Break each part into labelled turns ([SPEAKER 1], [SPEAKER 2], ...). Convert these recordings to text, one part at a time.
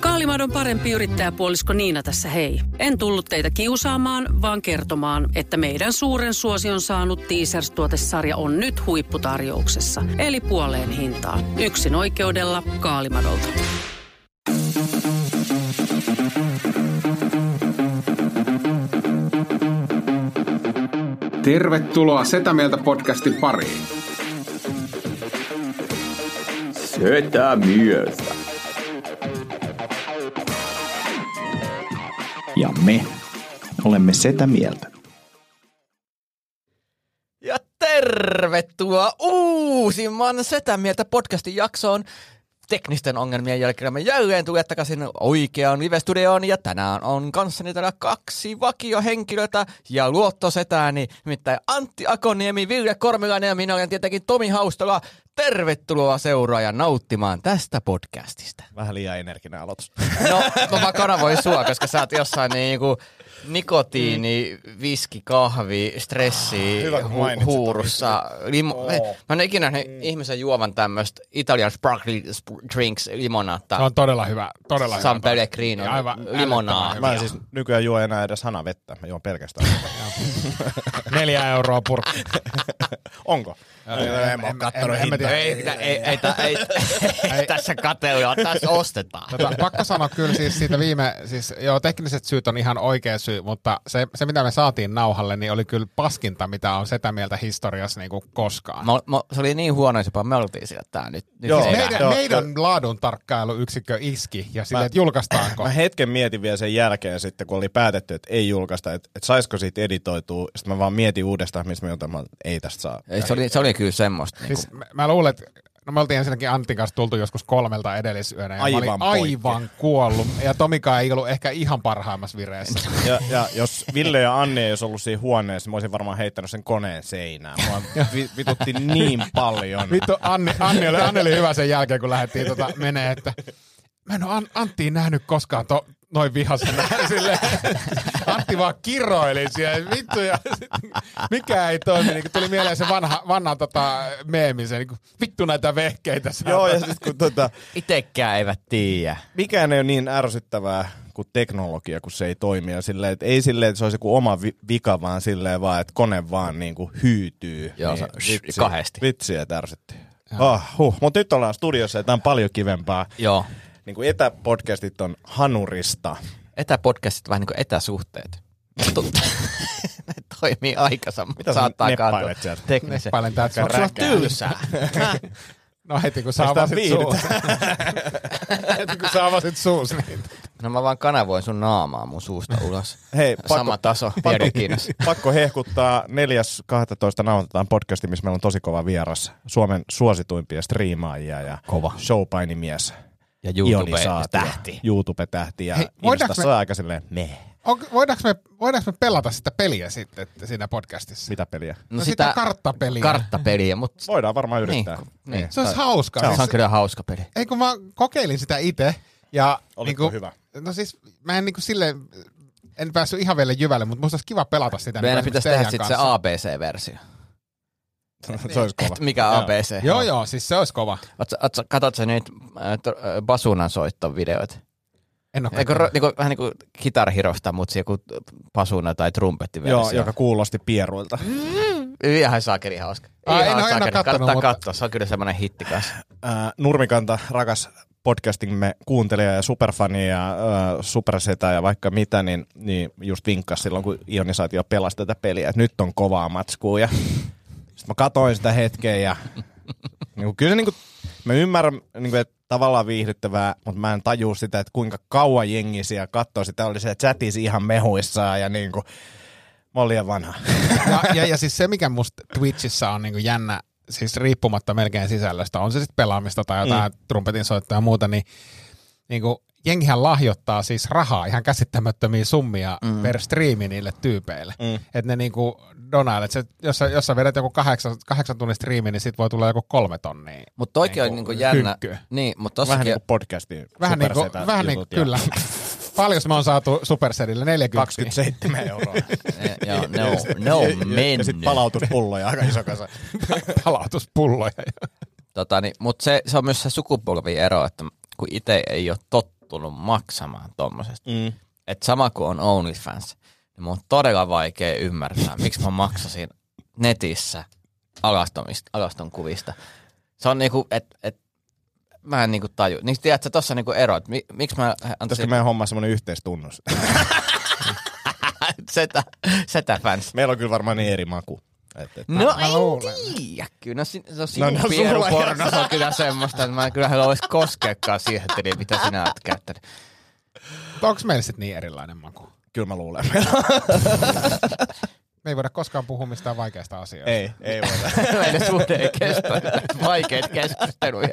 [SPEAKER 1] Kaalimadon parempi yrittäjäpuolisko Niina tässä hei. En tullut teitä kiusaamaan, vaan kertomaan, että meidän suuren suosion saanut Teasers-tuotesarja on nyt huipputarjouksessa. Eli puoleen hintaan. Yksin oikeudella Kaalimadolta.
[SPEAKER 2] Tervetuloa Setä Mieltä podcastin pariin.
[SPEAKER 3] Sötä myöstä.
[SPEAKER 4] Ja me olemme sitä mieltä.
[SPEAKER 5] Ja tervetuloa uusimman Setä Mieltä podcastin jaksoon. Teknisten ongelmien jälkeen me jälleen tulee takaisin oikeaan livestudioon ja tänään on kanssani täällä kaksi vakiohenkilötä ja luottosetäni, nimittäin Antti Akoniemi, Ville Kormilainen ja minä olen tietenkin Tomi Haustola. Tervetuloa seuraajan nauttimaan tästä podcastista.
[SPEAKER 6] Vähän liian energinen aloitus.
[SPEAKER 5] No, mä vaan kanavoin sua, koska sä oot jossain niinku nikotiini, viski, kahvi, stressi,
[SPEAKER 6] Mm. Ah, Hyvä, kun mainitsit
[SPEAKER 5] hu- huurussa. Limo-
[SPEAKER 6] Oo.
[SPEAKER 5] Mä en ole
[SPEAKER 6] Mm.
[SPEAKER 5] ikinä nähnyt ihmisen juovan tämmöistä Italian sparkling sp- drinks limonaatta.
[SPEAKER 7] Se on todella hyvä, todella hyvä.
[SPEAKER 5] San Pellegrino
[SPEAKER 7] Ja aivan
[SPEAKER 5] limonaa.
[SPEAKER 7] älyttömän
[SPEAKER 6] Mä en siis nykyään juo enää edes hanavettä. Mä juon pelkästään. vettä.
[SPEAKER 7] Neljä euroa purkki.
[SPEAKER 6] Onko? en, mä oo kattonut
[SPEAKER 7] en- en mä tiedä.
[SPEAKER 5] Ei, ei, ei, ei, tä- ei, ei, tässä kateilla, tässä ostetaan.
[SPEAKER 7] Tota, pakko sanoa kyllä siis siitä viime, siis joo tekniset syyt on ihan oikea syy, mutta se, se mitä me saatiin nauhalle, niin oli kyllä paskinta, mitä on sitä mieltä historiassa niin kuin koskaan.
[SPEAKER 6] No,
[SPEAKER 5] Mä, mä, se oli niin huono, että me oltiin sillä tää nyt. nyt
[SPEAKER 6] Joo.
[SPEAKER 5] ei
[SPEAKER 7] Siis
[SPEAKER 5] näin.
[SPEAKER 7] meidän,
[SPEAKER 6] Joo,
[SPEAKER 7] meidän laadun tarkkailuyksikkö iski ja silleen, että julkaistaanko.
[SPEAKER 6] Mä hetken mietin vielä sen jälkeen sitten, kun oli päätetty, että ei julkaista, että, että saisiko siitä editoitua. Sitten mä vaan mietin uudestaan, missä mä jotain, mä, että ei tästä saa.
[SPEAKER 5] Ei, se, oli, se oli kyllä semmoista. Niin
[SPEAKER 6] niinku-
[SPEAKER 7] Siis mä, mä luulen, että no me oltiin ensinnäkin Antin kanssa tultu joskus kolmelta edellisyönä ja mä
[SPEAKER 6] Aivan
[SPEAKER 7] olin
[SPEAKER 6] poikki.
[SPEAKER 7] aivan kuollut ja Tomika ei ollut ehkä ihan parhaimmassa vireessä.
[SPEAKER 6] Ja, ja jos Ville ja Anni ei olisi ollut siinä huoneessa, niin mä olisin varmaan heittänyt sen koneen seinään. Mua vi- vitutti niin paljon.
[SPEAKER 7] Vittu, Anni, Anni, oli, Anni oli hyvä sen jälkeen, kun lähdettiin tota, menee, että mä en ole An- Anttiin nähnyt koskaan to, noin vihasena. Silleen, Antti vaan kiroili siellä, vittu, ja sit, mikä ei toimi. Niin, kun tuli mieleen se vanha, vanha tota, meemi, se niin, kuin, vittu näitä vehkeitä. saa.
[SPEAKER 6] Joo, ja sitten kun tota,
[SPEAKER 5] Itekään eivät tiedä.
[SPEAKER 6] mikään ei ole niin ärsyttävää kuin teknologia, kun se ei toimi. Ja silleen, että ei silleen, että se olisi joku oma vi- vika, vaan silleen vaan, että kone vaan niin kuin hyytyy.
[SPEAKER 5] Joo,
[SPEAKER 6] niin,
[SPEAKER 5] se- shh, kahdesti.
[SPEAKER 6] Vitsiä tärsytti. Ah, huh. Mutta nyt ollaan studiossa ja tämä on paljon kivempaa.
[SPEAKER 5] Joo.
[SPEAKER 6] Niin kuin etäpodcastit on hanurista.
[SPEAKER 5] Etäpodcastit vähän niin kuin etäsuhteet. Tu- ne toimii aikansa, mutta
[SPEAKER 6] sä
[SPEAKER 5] saattaa
[SPEAKER 6] neppailet
[SPEAKER 5] kantaa
[SPEAKER 6] sieltä?
[SPEAKER 5] teknisen.
[SPEAKER 7] Paljon täältä.
[SPEAKER 5] Onko sulla tylsää?
[SPEAKER 7] No heti kun sä
[SPEAKER 6] Mistä
[SPEAKER 7] avasit
[SPEAKER 6] viihdytään?
[SPEAKER 7] suus. heti kun sä avasit suus, niin
[SPEAKER 5] No mä vaan kanavoin sun naamaa mun suusta ulos.
[SPEAKER 6] Hei,
[SPEAKER 5] Sama
[SPEAKER 6] pakko-
[SPEAKER 5] taso, tiedä kiinnostaa.
[SPEAKER 6] Pakko hehkuttaa 4.12. nauhoitetaan podcasti, missä meillä on tosi kova vieras. Suomen suosituimpia striimaajia ja
[SPEAKER 5] Kova.
[SPEAKER 6] showpainimies.
[SPEAKER 5] Ja
[SPEAKER 6] Ionisaatio. YouTube-tähti ja
[SPEAKER 7] Hei, voidaanko
[SPEAKER 6] Instassa
[SPEAKER 7] me-
[SPEAKER 6] on aika silleen
[SPEAKER 5] Niin.
[SPEAKER 6] meh.
[SPEAKER 7] on, voidaanko, me, voidaanko me pelata sitä peliä sitten että siinä podcastissa?
[SPEAKER 6] Mitä peliä?
[SPEAKER 7] No sitä karttapeliä.
[SPEAKER 5] Karttapeliä, mutta
[SPEAKER 6] Voidaan varmaan yrittää.
[SPEAKER 5] Niin, kun- niin.
[SPEAKER 7] Se olisi Siis- hauskaa.
[SPEAKER 5] se on kyllä hauska peli.
[SPEAKER 7] Ei kun mä kokeilin sitä itse. Ja
[SPEAKER 6] Oliko
[SPEAKER 7] niinku-
[SPEAKER 6] hyvä?
[SPEAKER 7] No siis mä en niinku sille, en päässyt ihan vielä jyvälle, mutta musta olisi kiva pelata sitä.
[SPEAKER 5] Meidän
[SPEAKER 7] niinku
[SPEAKER 5] pitäisi
[SPEAKER 7] esimerkiksi
[SPEAKER 5] tehdä
[SPEAKER 7] teidän
[SPEAKER 5] sitten se
[SPEAKER 7] kanssa.
[SPEAKER 5] ABC-versio.
[SPEAKER 6] se olisi kova.
[SPEAKER 5] Et mikä ABC?
[SPEAKER 7] Joo joo, siis se olisi kova.
[SPEAKER 5] Katsotko sä nyt äh, to- äh, basunan soittovideot?
[SPEAKER 7] En oo
[SPEAKER 5] Eikö,
[SPEAKER 7] kattonut.
[SPEAKER 5] ro- niinku, vähän niin kuin kitarhirosta, mutta joku pasuna tai trumpetti
[SPEAKER 6] Joo,
[SPEAKER 5] versio.
[SPEAKER 6] joka kuulosti pieruilta.
[SPEAKER 5] Ihan saakeli hauska.
[SPEAKER 7] Ai, en oo- en oo kattonut,
[SPEAKER 5] Kannattaa
[SPEAKER 7] mutta-
[SPEAKER 5] katsoa, se on kyllä semmoinen hitti kanssa.
[SPEAKER 6] Äh, Nurmikanta, rakas podcastimme kuuntelija ja superfani ja äh, supersetä ja vaikka mitä, niin, niin just vinkkasi silloin, kun Ionisaatio pelasi tätä peliä, että nyt on kovaa matskua. Ja... Sitten mä katoin sitä hetken ja niin kuin, kyllä se, niin kuin, mä ymmärrän, niin kuin, että tavallaan viihdyttävää, mutta mä en tajua sitä, että kuinka kauan jengi siellä katsoi sitä, oli se chatissa ihan mehuissaan ja niin kuin, mä olin liian vanha.
[SPEAKER 7] ja, ja, ja siis se, mikä musta Twitchissä on niinku jännä, siis riippumatta melkein sisällöstä, on se sitten pelaamista tai jotain mm. trumpetin soittoa ja muuta, niin niinku, jengihän lahjoittaa siis rahaa, ihan käsittämättömiä summia mm. per striimi niille tyypeille. Mm. Että ne niinku donaile, että jos, sä- jos sä vedät joku kahdeksan, kahdeksan tunnin striimi, niin sit voi tulla joku kolme tonnia.
[SPEAKER 5] Mutta toikin on
[SPEAKER 7] Niinku
[SPEAKER 5] niinku jännä.
[SPEAKER 7] kynkkyä.
[SPEAKER 5] Niin, mutta
[SPEAKER 6] Vähän
[SPEAKER 5] tossakin
[SPEAKER 6] niin kuin podcastiin.
[SPEAKER 7] Vähän niin kuin,
[SPEAKER 6] Supersetä
[SPEAKER 7] vähän niin kuin,
[SPEAKER 6] jutut
[SPEAKER 7] kyllä.
[SPEAKER 6] Ja
[SPEAKER 7] Paljon me on saatu Supercellille 40.
[SPEAKER 6] 27 euroa.
[SPEAKER 5] ne, niinku- eh, joo, no, ne on, ne on
[SPEAKER 6] Ja
[SPEAKER 5] mennyt.
[SPEAKER 6] sitten palautuspulloja aika iso kasa.
[SPEAKER 7] palautuspulloja.
[SPEAKER 5] Tota, niin, mutta se, se on myös se sukupolviero, että kun itse ei ole tottunut maksamaan tommosesta.
[SPEAKER 6] Mm.
[SPEAKER 5] Et sama kuin on OnlyFans, niin mun on todella vaikea ymmärtää, miksi mä maksasin netissä alastomista, alaston kuvista. Se on niinku, et, et, mä en niinku taju. Niin tiedätkö, tossa niinku ero, että mi, miksi mä
[SPEAKER 6] Pitäisikö
[SPEAKER 5] antaisin
[SPEAKER 6] meidän homma semmoinen yhteistunnus?
[SPEAKER 5] setä, setä fans.
[SPEAKER 6] Meillä on kyllä varmaan niin eri maku. Et, et.
[SPEAKER 5] No
[SPEAKER 7] mä luulen.
[SPEAKER 5] en tiedä, kyllä no, si- se on
[SPEAKER 6] No,
[SPEAKER 5] sinun
[SPEAKER 6] no,
[SPEAKER 5] no,
[SPEAKER 6] sulla
[SPEAKER 5] pieruporno, se on kyllä semmoista, että mä en kyllä haluaisi koskeakaan siihen, että niin, mitä sinä oot käyttänyt.
[SPEAKER 7] Onko meillä sitten niin erilainen maku?
[SPEAKER 6] Kyllä mä luulen.
[SPEAKER 7] Me ei voida koskaan puhua mistään vaikeasta asiasta.
[SPEAKER 6] ei, ei voida.
[SPEAKER 5] Meidän suhde ei kestä vaikeita keskusteluja.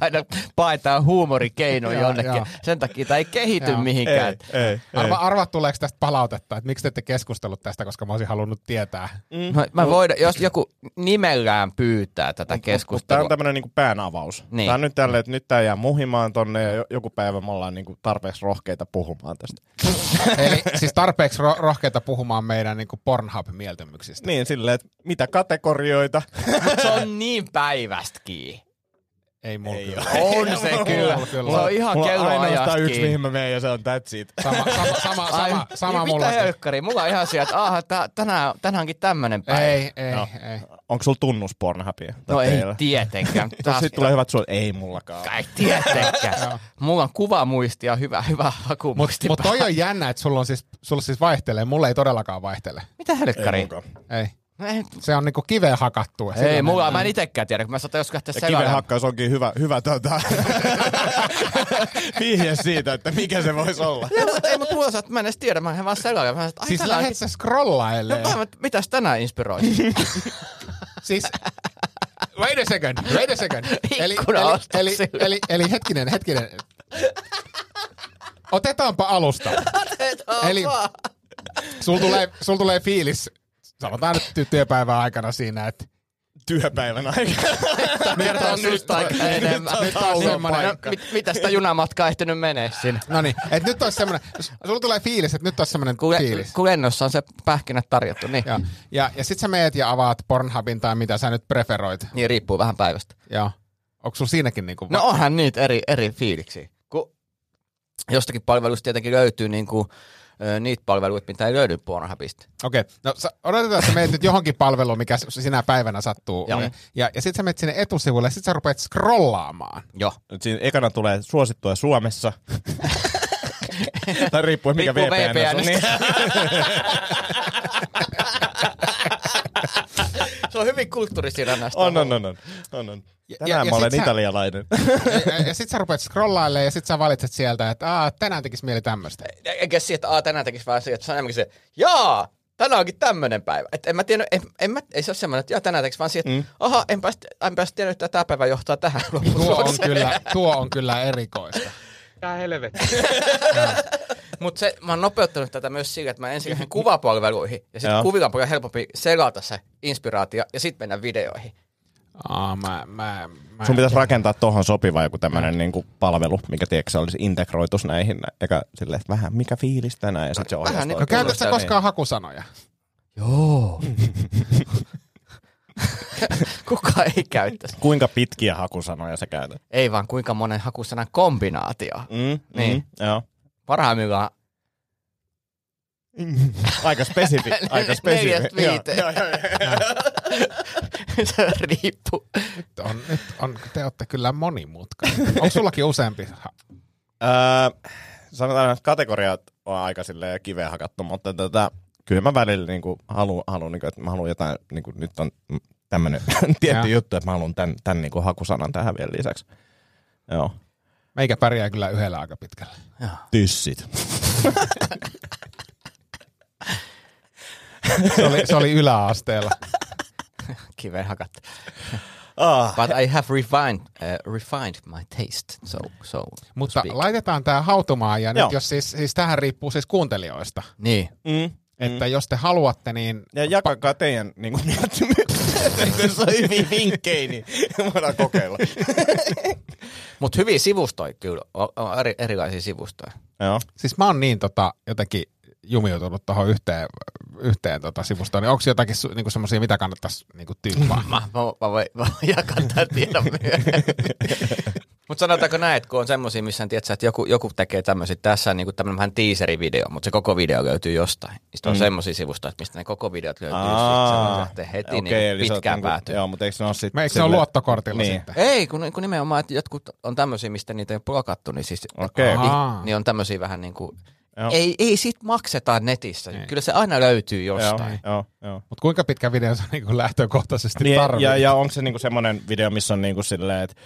[SPEAKER 5] Aina paetaan huumorikeino
[SPEAKER 7] Joo,
[SPEAKER 5] jonnekin.
[SPEAKER 7] joo.
[SPEAKER 5] Sen takia tämä ei kehity
[SPEAKER 7] Joo.
[SPEAKER 5] mihinkään.
[SPEAKER 6] ei, ei.
[SPEAKER 7] Arva, arva tuleeko tästä palautetta, että miksi te ette keskustellut tästä, koska mä olisin halunnut tietää.
[SPEAKER 6] Mm.
[SPEAKER 5] No, mä voida, jos joku nimellään pyytää tätä
[SPEAKER 7] Mm.
[SPEAKER 6] Tämä
[SPEAKER 5] keskustelua.
[SPEAKER 6] on tämmöinen niinku päänavaus.
[SPEAKER 5] Niin.
[SPEAKER 6] Niin. Tämä on nyt tälleen, että nyt tämä jää muhimaan tonne ja jo- joku päivä me ollaan niinku tarpeeksi rohkeita puhumaan tästä.
[SPEAKER 7] Eli siis tarpeeksi ro- rohkeita puhumaan meidän niin Pornhub-mieltymyksistä.
[SPEAKER 6] Niin, silleen, että mitä kategorioita.
[SPEAKER 5] Mut se on niin päivästäkin.
[SPEAKER 7] Ei mulla ei kyllä.
[SPEAKER 5] On se
[SPEAKER 7] Mulla-
[SPEAKER 5] kyllä.
[SPEAKER 7] mulla
[SPEAKER 5] Se on ihan
[SPEAKER 6] Mulla on ainoastaan yksi,
[SPEAKER 5] kelloajastakin.
[SPEAKER 6] mihin mä menen ja se on that's it.
[SPEAKER 7] Sama, sama, sama, sama,
[SPEAKER 5] Ai, niin
[SPEAKER 7] sama
[SPEAKER 5] mitä
[SPEAKER 7] mulla.
[SPEAKER 5] hölkkäri? Mulla on ihan sieltä, että aha, tää- tänään, tänään onkin tämmönen päivä.
[SPEAKER 7] Ei, ei,
[SPEAKER 6] No.
[SPEAKER 7] ei.
[SPEAKER 6] Onko sulla tunnus Pornhubia? Tai
[SPEAKER 5] no ei
[SPEAKER 6] teillä?
[SPEAKER 5] tietenkään. Taas,
[SPEAKER 6] Sitten tulee hyvät suolet. Ei mullakaan.
[SPEAKER 5] ei tietenkään. Mulla on kuvamuisti ja hyvä, hyvä hakumuisti.
[SPEAKER 7] Mutta toi on jännä, että sulla, on siis, sulla siis vaihtelee. Mulla ei todellakaan vaihtele.
[SPEAKER 5] Mitä
[SPEAKER 6] Ei
[SPEAKER 5] hölkkäri?
[SPEAKER 6] mullakaan.
[SPEAKER 7] Ei.
[SPEAKER 5] No Ei,
[SPEAKER 7] Se on niinku kiveen hakattu.
[SPEAKER 5] ei mulla,
[SPEAKER 7] Mm.
[SPEAKER 5] mä en itekään tiedä, kun mä saatan joskus lähteä
[SPEAKER 6] Ja kiven
[SPEAKER 5] selailemaan.
[SPEAKER 6] hakkaus onkin hyvä, hyvä tota, vihje siitä, että mikä se voisi olla.
[SPEAKER 5] Ei, mut- Ei, mutta mulla sä, että mä en edes tiedä, mä en vaan selailen. Mä sanoin,
[SPEAKER 7] Siis
[SPEAKER 5] että ai
[SPEAKER 7] lähet
[SPEAKER 5] siis
[SPEAKER 7] sä scrollailee.
[SPEAKER 5] tänään, no, mä, mitäs tänään inspiroisi?
[SPEAKER 7] siis, wait a second, wait a second. Eli,
[SPEAKER 5] Ikkunaostoksilla.
[SPEAKER 7] eli, eli, eli, eli hetkinen, hetkinen. Otetaanpa alusta.
[SPEAKER 5] oh,
[SPEAKER 7] Eli sulla tulee, sul tulee fiilis, sanotaan nyt ty- työpäivän aikana siinä, että
[SPEAKER 6] Työpäivän aikana.
[SPEAKER 5] Kertoo
[SPEAKER 7] on-
[SPEAKER 5] syystä aika
[SPEAKER 7] nyt
[SPEAKER 5] enemmän.
[SPEAKER 7] on- nyt on
[SPEAKER 5] Niin,
[SPEAKER 7] semmonen-
[SPEAKER 5] no, mit- Mitä sitä junamatkaa ehtinyt menee sinne?
[SPEAKER 7] no niin, että nyt olisi semmoinen, sulla tulee fiilis, että nyt olisi semmoinen
[SPEAKER 5] Kun,
[SPEAKER 7] fiilis.
[SPEAKER 5] kun lennossa on se pähkinät tarjottu, niin,
[SPEAKER 7] Ja, ja, ja sit sä meet ja avaat Pornhubin tai mitä sä nyt preferoit.
[SPEAKER 5] niin riippuu vähän päivästä.
[SPEAKER 7] Ja onko sulla siinäkin niinku...
[SPEAKER 5] No onhan niitä eri, eri fiiliksiä. Kun jostakin palvelusta tietenkin löytyy niin kuin, niitä palveluita, mitä ei löydy Pornhubista.
[SPEAKER 7] Okei, no sä, odotetaan, että sä meet nyt johonkin palveluun, mikä s- sinä päivänä sattuu.
[SPEAKER 5] Joo.
[SPEAKER 7] Ja, ja sit sä menet sinne etusivulle ja sit sä rupeat scrollaamaan.
[SPEAKER 5] Joo.
[SPEAKER 6] Nyt siinä ekana tulee suosittua Suomessa. tai riippuu, mikä
[SPEAKER 5] Riippuu
[SPEAKER 6] VPN, VPN on. Niin.
[SPEAKER 5] VPN:stä. Se on hyvin kulttuurisidonnaista.
[SPEAKER 6] On, on, on, on, on, on. Tänään
[SPEAKER 7] ja
[SPEAKER 6] mä olen
[SPEAKER 7] sit sä-
[SPEAKER 6] italialainen.
[SPEAKER 7] Ja, ja sit sä rupeat scrollailemaan ja sit sä valitset sieltä, että Aa, tänään tekis mieli tämmöstä.
[SPEAKER 5] E- Eikä siihen, että aa, tänään tekisi vaan se, että se on enemmänkin se, jaa, tänään onkin tämmöinen päivä. Että en mä tiennyt, en, en mä, ei se ole semmoinen, että jaa, tänään tekisi vaan siihen, että mm. aha, enpäs, enpäs tiennyt, että tämä päivä johtaa tähän
[SPEAKER 7] Tuo on,
[SPEAKER 5] lopputulokseen.
[SPEAKER 7] kyllä, tuo on kyllä erikoista.
[SPEAKER 5] Mutta se, mä oon nopeuttanut tätä myös sillä, että mä ensin lähden kuvapalveluihin, ja sitten
[SPEAKER 6] Joo.
[SPEAKER 5] kuvilla on paljon helpompi selata se inspiraatio, ja sitten mennä videoihin.
[SPEAKER 7] Aa, mä, mä, mä,
[SPEAKER 6] Sun pitäisi rakentaa tuohon sopiva joku tämmöinen niinku palvelu, mikä tiedätkö, se olisi integroitus näihin. nä- Eikä silleen, että vähän mikä fiilis tänään ja sitten se
[SPEAKER 5] Vähän
[SPEAKER 6] ohjastaa.
[SPEAKER 5] niinku-
[SPEAKER 7] No käytätkö
[SPEAKER 5] Kuulostaa
[SPEAKER 7] sä
[SPEAKER 5] niin.
[SPEAKER 7] koskaan hakusanoja?
[SPEAKER 5] Kuka ei käyttäisi.
[SPEAKER 6] Kuinka pitkiä hakusanoja sä käytät?
[SPEAKER 5] Ei vaan kuinka monen hakusanan kombinaatio.
[SPEAKER 6] Mm,
[SPEAKER 5] Niin.
[SPEAKER 6] Mm, joo.
[SPEAKER 5] Parhaimmillaan
[SPEAKER 6] Aika spesifi. Aika spesifi.
[SPEAKER 5] neljästä
[SPEAKER 6] Joo.
[SPEAKER 5] viiteen. se riippuu.
[SPEAKER 7] Nyt on, nyt on, te ootte kyllä monimutkainen. Onko sullakin useampi? Ha-
[SPEAKER 6] Öö, sanotaan, että kategoriat on aika silleen kiveen hakattu, mutta tätä, kyllä mä välillä niinku haluan, haluan niinku, että mä haluan jotain, niinku, nyt on tämmöinen tietty
[SPEAKER 7] Joo.
[SPEAKER 6] juttu, että mä haluan tämän, tämän niinku hakusanan tähän vielä lisäksi. Joo.
[SPEAKER 7] Meikä pärjää kyllä yhdellä aika pitkällä.
[SPEAKER 6] Tyssit.
[SPEAKER 7] Se oli, se oli yläasteella.
[SPEAKER 5] Kiveen hakat.
[SPEAKER 6] Ah.
[SPEAKER 5] But I have refined, uh, refined my taste. So, so
[SPEAKER 7] Mutta
[SPEAKER 5] speak.
[SPEAKER 7] laitetaan tämä hautumaan ja nyt
[SPEAKER 6] Joo.
[SPEAKER 7] jos siis, siis tähän riippuu siis kuuntelijoista.
[SPEAKER 5] Niin.
[SPEAKER 6] Mm.
[SPEAKER 7] Että jos te haluatte, niin
[SPEAKER 6] Ja jakakaa teidän niinku, miettimyksiä, jos on hyviä vinkkejä, niin voidaan kokeilla.
[SPEAKER 5] Mutta hyviä sivustoja kyllä. O- on eri, erilaisia sivustoja.
[SPEAKER 6] Joo.
[SPEAKER 7] siis mä oon niin tota, jotenkin jumiutunut tuohon yhteen, yhteen tota sivustoon, niin onko jotakin su, niinku semmoisia, mitä
[SPEAKER 5] Mm.
[SPEAKER 7] kannattaisi niinku tyyppää?
[SPEAKER 5] Mä, mä, mä, voin, mä voin jakaa tämän tiedon myöhemmin. Mutta sanotaanko näin, että kun on semmoisia, missä tiedät, että joku, joku tekee tämmöisiä, tässä on niinku tämmöinen vähän teaserivideo, mutta se koko video löytyy jostain. Sitten on mm. semmoisia sivustoja, että mistä ne koko videot löytyy,
[SPEAKER 6] Aa.
[SPEAKER 5] sitten heti
[SPEAKER 6] Okei,
[SPEAKER 5] okay,
[SPEAKER 6] eli
[SPEAKER 5] niinku
[SPEAKER 6] sä oot
[SPEAKER 5] pitkään
[SPEAKER 6] niinku-
[SPEAKER 5] päätyy.
[SPEAKER 6] Joo, mutta eikö ne ole sitten...
[SPEAKER 7] Me eikö se ole luottokortilla
[SPEAKER 6] Niin.
[SPEAKER 7] sitten?
[SPEAKER 5] Ei, kun, kun nimenomaan, että jotkut on tämmöisiä, mistä niitä ei ole blokattu, niin siis
[SPEAKER 6] Okei.
[SPEAKER 7] Ahaa.
[SPEAKER 5] ni, niin on tämmöisiä vähän niin kuin,
[SPEAKER 6] Joo. Niin.
[SPEAKER 5] ei, ei sit makseta netissä. Ei. Kyllä se aina löytyy
[SPEAKER 6] Joo, niin.
[SPEAKER 5] jostain.
[SPEAKER 6] joo, joo.
[SPEAKER 7] Mutta kuinka pitkä video se niin lähtökohtaisesti
[SPEAKER 6] Niin,
[SPEAKER 7] tarvii?
[SPEAKER 6] ja, ja onko se niinku semmoinen video, missä on niinku silleen, että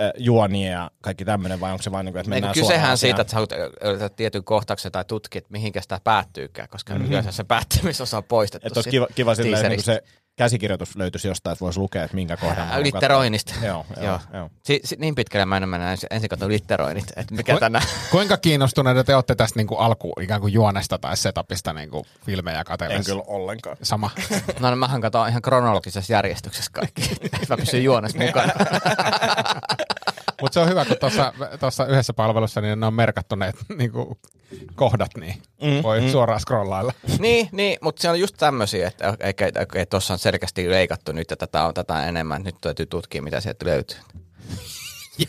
[SPEAKER 6] äh, juonia ja kaikki tämmöinen, vai onko se vain niinku, että
[SPEAKER 5] Ei, kun
[SPEAKER 6] mennään
[SPEAKER 5] kysehän
[SPEAKER 6] suoraan
[SPEAKER 5] siitä,
[SPEAKER 6] asiaan?
[SPEAKER 5] että sä haluat löytää tietyn kohtauksen tai tutkit, mihinkä sitä päättyykään, koska mm-hmm. yleensä se päättymisosa on poistettu.
[SPEAKER 6] Että olisi
[SPEAKER 5] siitä
[SPEAKER 6] kiva, kiva silleen, että niinku
[SPEAKER 5] teaseristä.
[SPEAKER 6] se käsikirjoitus löytyisi jostain, että voisi lukea, että minkä kohdan. mä
[SPEAKER 5] Ää,
[SPEAKER 6] oon
[SPEAKER 5] Litteroinnista.
[SPEAKER 6] kattonut. Joo, joo,
[SPEAKER 5] Joo.
[SPEAKER 6] joo. joo.
[SPEAKER 5] Si, si, niin pitkälle mä en mennä ensin, ensin katsoa litteroinnit, että mikä
[SPEAKER 7] Voi-
[SPEAKER 5] tänään.
[SPEAKER 7] Kuinka kiinnostuneita te olette tästä niin kuin alku ikään kuin juonesta tai setupista niin kuin filmejä
[SPEAKER 6] En
[SPEAKER 7] katsellessa?
[SPEAKER 6] kyllä ollenkaan.
[SPEAKER 7] Sama.
[SPEAKER 5] No niin, mähän katson ihan kronologisessa järjestyksessä kaikki. mä pysyn juonessa mukana.
[SPEAKER 7] Mutta se on hyvä, kun tuossa- tuossa yhdessä palvelussa niin ne on merkattu ne niin kuin, kohdat, niin mm, voi mm. suoraan scrollailla.
[SPEAKER 5] niin, niin mutta se on just tämmöisiä, että eikä, eikä, tuossa on selkeästi leikattu nyt ja tätä on tätä enemmän. Nyt täytyy tutkia, mitä sieltä löytyy.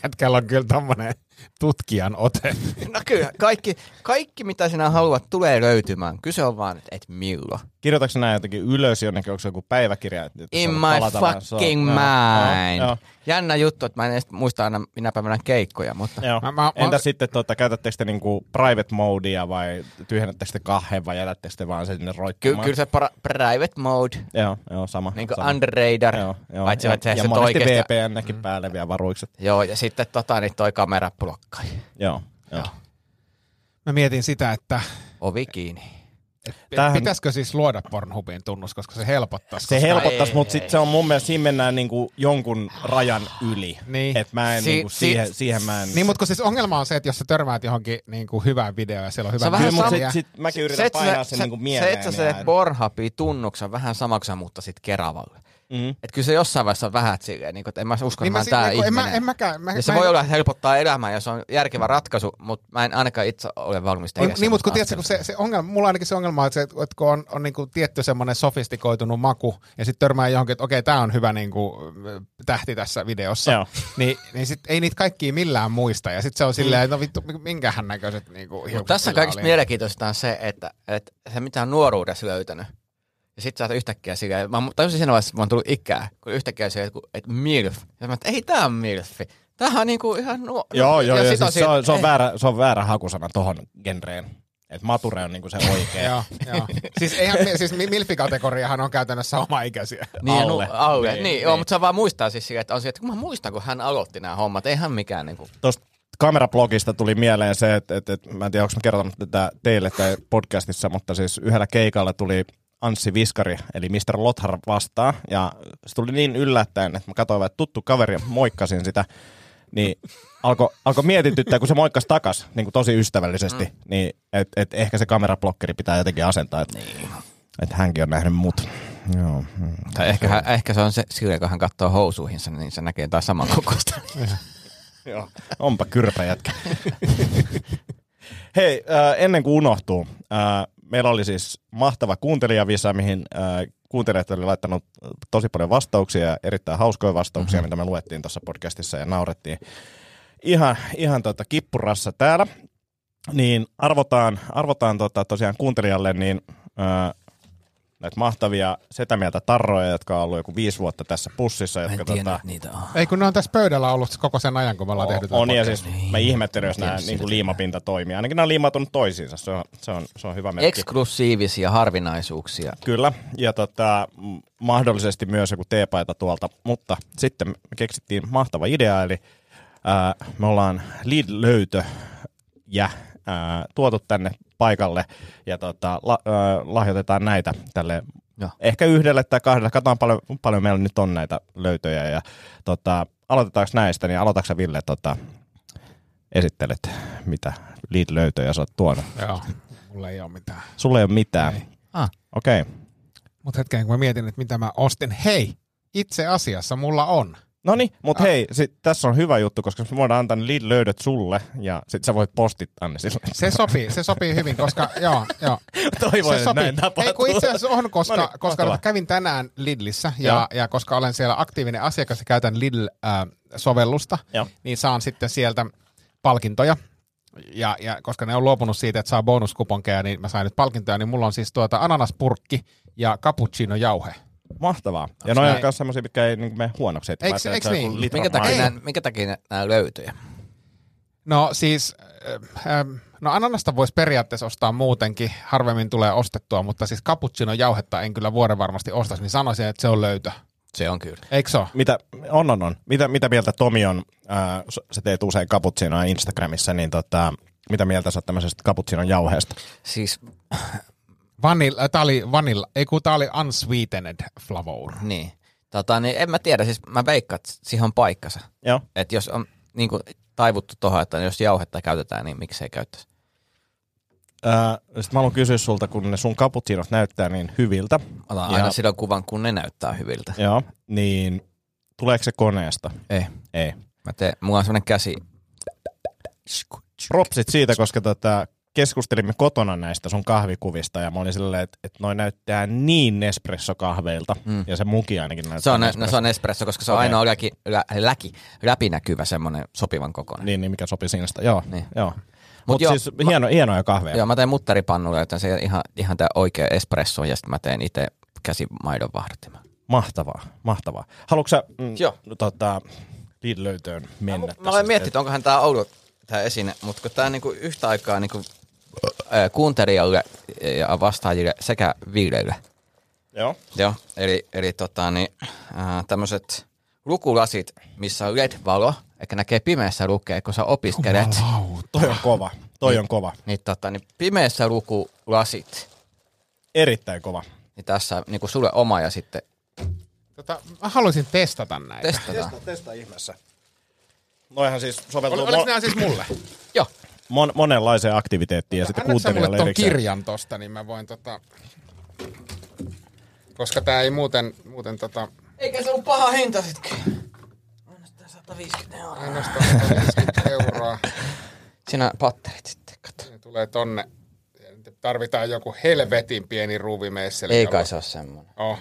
[SPEAKER 7] Jätkällä on kyllä tommonen tutkijan ote.
[SPEAKER 5] No kyllä, kaikki, kaikki mitä sinä haluat tulee löytymään. Kyse on vaan, että et milloin.
[SPEAKER 6] Kirjoitatko nämä jotenkin ylös jonnekin, onko se joku päiväkirja? että
[SPEAKER 5] In
[SPEAKER 6] sä voit
[SPEAKER 5] my
[SPEAKER 6] palata vaan- se on-
[SPEAKER 5] fucking
[SPEAKER 6] joo,
[SPEAKER 5] mind.
[SPEAKER 6] Joo, joo,
[SPEAKER 5] Jännä juttu, että mä en edes muista aina minä päivänä keikkoja, mutta
[SPEAKER 6] joo.
[SPEAKER 7] Mä-
[SPEAKER 6] Mä,
[SPEAKER 7] mä- mä-
[SPEAKER 6] Entä sitten, tota, käytättekö te niinku private modea vai tyhjennättekö te kahden vai jätättekö te vaan sen sinne
[SPEAKER 5] ky-
[SPEAKER 6] roikkumaan?
[SPEAKER 5] kyllä se para- private mode,
[SPEAKER 6] Joo, joo, sama.
[SPEAKER 5] niin kuin
[SPEAKER 6] sama.
[SPEAKER 5] under radar,
[SPEAKER 6] Joo, joo.
[SPEAKER 5] paitsi että
[SPEAKER 6] ja,
[SPEAKER 5] se Mm.
[SPEAKER 6] ja
[SPEAKER 5] on
[SPEAKER 6] monesti
[SPEAKER 5] oikeasta.
[SPEAKER 6] VPN-näkin päälle vielä varuikset.
[SPEAKER 5] Joo, ja sitten tota, niin toi kamera blokkai.
[SPEAKER 6] Joo, joo.
[SPEAKER 5] Joo.
[SPEAKER 7] Mä mietin sitä, että
[SPEAKER 5] Ovi kiinni.
[SPEAKER 6] Tämähän-
[SPEAKER 7] pitäisikö siis luoda Pornhubin tunnus, koska se helpottaisi.
[SPEAKER 6] Se
[SPEAKER 7] koska-
[SPEAKER 6] helpottaisi,
[SPEAKER 5] ei,
[SPEAKER 6] mutta
[SPEAKER 5] ei.
[SPEAKER 6] sitten se on mun mielestä, siinä mennään niinku jonkun rajan yli.
[SPEAKER 7] Niin.
[SPEAKER 6] Et mä en
[SPEAKER 5] Si-
[SPEAKER 6] niinku
[SPEAKER 5] si-
[SPEAKER 6] siihen, siihen mä en...
[SPEAKER 7] Niin, mutta kun siis ongelma on se, että jos sä törmäät johonkin niin kuin hyvään videoon ja siellä on
[SPEAKER 5] Se
[SPEAKER 7] hyvä
[SPEAKER 5] on vähän
[SPEAKER 6] Kyllä,
[SPEAKER 7] video,
[SPEAKER 6] mutta
[SPEAKER 5] sama-
[SPEAKER 6] sit, sit mäkin yritän
[SPEAKER 5] että
[SPEAKER 6] painaa
[SPEAKER 5] sä-
[SPEAKER 6] sen niinku
[SPEAKER 5] se,
[SPEAKER 6] mieleen.
[SPEAKER 5] että sä
[SPEAKER 6] ja-
[SPEAKER 5] teet Pornhubin tunnuksen vähän samaksi, mutta sit Keravalle.
[SPEAKER 6] Mm.
[SPEAKER 5] Et kyllä se jossain vaiheessa on vähän silleen, niin kuin, että en mä usko, että
[SPEAKER 7] niin mä,
[SPEAKER 5] mä,
[SPEAKER 7] sit-
[SPEAKER 5] tää
[SPEAKER 7] niin kuin, en,
[SPEAKER 5] ihminen.
[SPEAKER 7] mä, en mäkään. Mä,
[SPEAKER 5] ja se
[SPEAKER 7] mä
[SPEAKER 5] voi
[SPEAKER 7] en,
[SPEAKER 5] olla, että helpottaa elämää ja se on järkevä ratkaisu, mutta mä en ainakaan itse ole valmis
[SPEAKER 7] On,
[SPEAKER 5] tekemään.
[SPEAKER 7] niin, mutta kun,
[SPEAKER 5] semmoista
[SPEAKER 7] tiedätkö, kun se, se ongelma, mulla ainakin se ongelma, että, se, että kun on, on niin kuin tietty semmoinen sofistikoitunut maku, ja sitten törmää johonkin, että okei, tämä on hyvä niin kuin, tähti tässä videossa,
[SPEAKER 6] Joo.
[SPEAKER 7] niin, niin sit ei niitä kaikkia millään muista, ja sitten se on silleen, että no vittu, minkähän näköiset niin kuin, hiukset
[SPEAKER 5] Tässä
[SPEAKER 7] sillä
[SPEAKER 5] kaikista
[SPEAKER 7] oli.
[SPEAKER 5] mielenkiintoista on se, että, että se mitä on nuoruudessa löytänyt, ja sit sä oot yhtäkkiä silleen, mä tajusin siinä vaiheessa, että mä oon tullut ikää, kun yhtäkkiä se, että, että milf. Ja mä, että ei tää on milfi. Tämähän on niinku ihan nuo.
[SPEAKER 6] Joo, joo, ja
[SPEAKER 5] sit
[SPEAKER 6] siis se,
[SPEAKER 5] siinä- eh.
[SPEAKER 6] on, se, on
[SPEAKER 5] ei.
[SPEAKER 6] väärä, se on väärä hakusana tohon genreen. Et mature on niinku se oikea.
[SPEAKER 7] Joo, joo. Siis, eihän, siis mi- milfikategoriahan on käytännössä oma ikäisiä.
[SPEAKER 5] Niin,
[SPEAKER 6] alle.
[SPEAKER 5] alle. Nu, alle. Niin,
[SPEAKER 6] Niin,
[SPEAKER 5] niin, joo, mutta sä vaan muistaa siis silleen, että on se, että kun mä muistan, kun hän aloitti nämä hommat, eihän mikään niinku.
[SPEAKER 6] Tuosta kamerablogista tuli mieleen se, että, että, että mä en tiedä, onko mä kertonut tätä teille tai podcastissa, mutta siis yhdellä keikalla tuli Anssi Viskari, eli Mr. Lothar vastaan, ja se tuli niin yllättäen, että mä katsoin vaan, että tuttu kaveri, ja moikkasin sitä, niin alkoi alko mietityttää, kun se moikkasi takas, niin kuin tosi ystävällisesti, mm. niin että et ehkä se kamerablokkeri pitää jotenkin asentaa, että niin. et hänkin on nähnyt mut. Joo. mm.
[SPEAKER 5] Tai ehkä, hän, ehkä se on se silleen, kun hän katsoo housuihinsa, niin se näkee taas saman kokoista.
[SPEAKER 6] Joo. Onpa kyrpä jätkä. Hei, äh, ennen kuin unohtuu, äh, meillä oli siis mahtava kuuntelijavisa, mihin äh, kuuntelijat oli laittanut äh, tosi paljon vastauksia, ja erittäin hauskoja vastauksia, mm-hmm. mitä me luettiin tuossa podcastissa ja naurettiin. Ihan, ihan tota kippurassa täällä. Niin arvotaan, arvotaan tota tosiaan kuuntelijalle niin, äh, näitä mahtavia setä mieltä tarroja, jotka on ollut joku viisi vuotta tässä pussissa. Jotka, tota,
[SPEAKER 5] niitä on.
[SPEAKER 7] Ei kun ne on tässä pöydällä ollut koko sen ajan, kun me ollaan tehty tätä
[SPEAKER 6] on, ja
[SPEAKER 7] podcastia.
[SPEAKER 6] siis mä ihmettelen, jos nämä niin liimapinta toimii. Ainakin nämä on liimautunut toisiinsa, se on, se on, se on hyvä merkki.
[SPEAKER 5] Eksklusiivisia harvinaisuuksia.
[SPEAKER 6] Kyllä, ja tota, m- mahdollisesti myös joku teepaita tuolta, mutta sitten me keksittiin mahtava idea, eli ää, me ollaan Lidl-löytö ja ää, tuotu tänne paikalle ja tota, la, ää, lahjoitetaan näitä tälle
[SPEAKER 5] Joo.
[SPEAKER 6] ehkä yhdelle tai kahdelle. Katsotaan paljon, paljon meillä nyt on näitä löytöjä ja tota, aloitetaanko näistä, niin aloitatko sä, Ville tota, esittelet, mitä Lidl-löytöjä sä oot tuonut?
[SPEAKER 7] Joo, mulla ei ole mitään.
[SPEAKER 6] Sulla ei ole mitään.
[SPEAKER 5] Ah.
[SPEAKER 6] Okei. Okay.
[SPEAKER 7] Mutta hetken, kun mä mietin, että mitä mä ostin. Hei, itse asiassa mulla on.
[SPEAKER 6] No niin, mutta hei, sit, tässä on hyvä juttu, koska me voidaan antaa ne lead löydöt sulle ja sit sä voit postittaa ne sille.
[SPEAKER 7] Se sopii, se sopii hyvin, koska joo, joo.
[SPEAKER 6] Toivon,
[SPEAKER 7] se
[SPEAKER 6] että
[SPEAKER 7] sopii.
[SPEAKER 6] näin tapahtuu.
[SPEAKER 7] Ei kun itse asiassa on, koska,
[SPEAKER 6] No niin,
[SPEAKER 7] koska
[SPEAKER 6] mahtavaa.
[SPEAKER 7] kävin tänään Lidlissä ja, ja koska olen siellä aktiivinen asiakas ja käytän Lidl-sovellusta,
[SPEAKER 6] Joo.
[SPEAKER 7] niin saan sitten sieltä palkintoja. Ja, ja koska ne on luopunut siitä, että saa bonuskuponkeja, niin mä sain nyt palkintoja, niin mulla on siis tuota ananaspurkki ja cappuccino jauhe.
[SPEAKER 6] Mahtavaa. Ja noin on
[SPEAKER 7] näin?
[SPEAKER 6] myös semmosia, mitkä ei niin mene huonoksi. heti.
[SPEAKER 7] Eiks-
[SPEAKER 6] Mä ajattelin,
[SPEAKER 7] eiks
[SPEAKER 6] että se on
[SPEAKER 7] niin?
[SPEAKER 6] joku litran
[SPEAKER 5] Minkä takia,
[SPEAKER 6] maito.
[SPEAKER 5] nää, minkä takia nämä löytyjä?
[SPEAKER 7] No siis, äh, ähm, no ananasta voisi periaatteessa ostaa muutenkin, harvemmin tulee ostettua, mutta siis cappuccino jauhetta en kyllä vuoden varmasti ostaisi, niin sanoisin, että se on löytö.
[SPEAKER 5] Se on kyllä.
[SPEAKER 7] Eikö se ole?
[SPEAKER 6] Mitä, on, on, on. Mitä, mitä mieltä Tomi on, ää, s- sä teet usein cappuccinoa Instagramissa, niin tota, mitä mieltä sä oot tämmöisestä cappuccinon jauheesta?
[SPEAKER 5] Siis,
[SPEAKER 7] Vanilla, äh, tää oli vanilla, ei kun tää oli unsweetened flavor.
[SPEAKER 5] niin. Tota, niin en mä tiedä, siis mä veikkaan, että siihen on paikkansa.
[SPEAKER 6] Joo.
[SPEAKER 5] Että jos on niin kuin, taivuttu tuohon, että jos jauhetta käytetään, niin miksei käyttäisi.
[SPEAKER 6] Ää, Äh, sit mä haluan kysyä sulta, kun ne sun cappuccinot näyttää niin hyviltä,
[SPEAKER 5] Otan
[SPEAKER 6] Ja-
[SPEAKER 5] aina silloin kuvan, kun ne näyttää hyviltä.
[SPEAKER 6] joo, niin tuleeko se koneesta?
[SPEAKER 5] Ei.
[SPEAKER 6] Ei.
[SPEAKER 5] Mä teen, mulla on semmonen käsi.
[SPEAKER 6] propsit siitä, koska tota, keskustelimme kotona näistä sun kahvikuvista ja mä olin silleen, että, että noi näyttää niin Nespresso-kahveilta
[SPEAKER 5] Mm.
[SPEAKER 6] mm. ja se muki ainakin näyttää
[SPEAKER 5] Se on, no,
[SPEAKER 6] Nespresso.
[SPEAKER 5] se on espresso, koska se on
[SPEAKER 6] Okei.
[SPEAKER 5] ainoa läki, lä, läki, läpinäkyvä semmonen sopivan kokoinen.
[SPEAKER 6] Niin, niin mikä sopii sinusta. Joo,
[SPEAKER 5] Niin.
[SPEAKER 6] niin. joo.
[SPEAKER 5] Mut
[SPEAKER 6] Mutta
[SPEAKER 5] joo,
[SPEAKER 6] siis hieno, hienoja kahveja.
[SPEAKER 5] Joo, mä teen mutteripannulla, joten se ei ihan, ihan tää oikea espresso, ja sitten mä teen itse käsimaidon vahdattima.
[SPEAKER 6] Mahtavaa, mahtavaa. Haluatko sä mm,
[SPEAKER 5] Joo.
[SPEAKER 6] no, tota, Lidl löytöön mennä?
[SPEAKER 5] Mä
[SPEAKER 6] tässä?
[SPEAKER 5] olen miettinyt, onkohan tämä oudot tämä esine, mutta kun tämä niinku yhtä aikaa niinku, ää, kuuntelijalle ja vastaajille sekä viileille.
[SPEAKER 6] Joo.
[SPEAKER 5] Joo, eli, eli tota, niin, tämmöiset lukulasit, missä on LED-valo, eikä näkee pimeässä lukea, kun sä opiskelet.
[SPEAKER 6] Toi on kova, toi on kova.
[SPEAKER 5] Niin, tota, niin pimeässä lukulasit,
[SPEAKER 6] Erittäin kova.
[SPEAKER 5] niin tässä niin kuin sulle oma ja sitten
[SPEAKER 7] Tota, mä haluaisin testata näitä.
[SPEAKER 5] testataan.
[SPEAKER 6] testaa ihmeessä. Noihan siis soveltuu
[SPEAKER 7] Ol, oliko
[SPEAKER 6] mo-
[SPEAKER 7] nämä siis mulle?
[SPEAKER 5] Joo,
[SPEAKER 6] mon- monenlaiseen aktiviteettiin ja sitten
[SPEAKER 7] Annatko sä mulle
[SPEAKER 6] kuuntelijalle
[SPEAKER 7] ton
[SPEAKER 6] erikseen.
[SPEAKER 7] kirjan tosta, niin mä voin tota... Koska tää ei muuten, muuten tota...
[SPEAKER 5] Eikä se ollut paha hinta sitkin. Ainoastaan 150 euroa.
[SPEAKER 7] Ainoastaan 150 euroa.
[SPEAKER 5] Siinä on patterit sitten, kato.
[SPEAKER 7] Ne tulee tonne. Tarvitaan joku helvetin pieni ruuvimeisseli.
[SPEAKER 5] Ei
[SPEAKER 7] jolla-
[SPEAKER 5] kai se ole semmoinen.
[SPEAKER 7] Oh.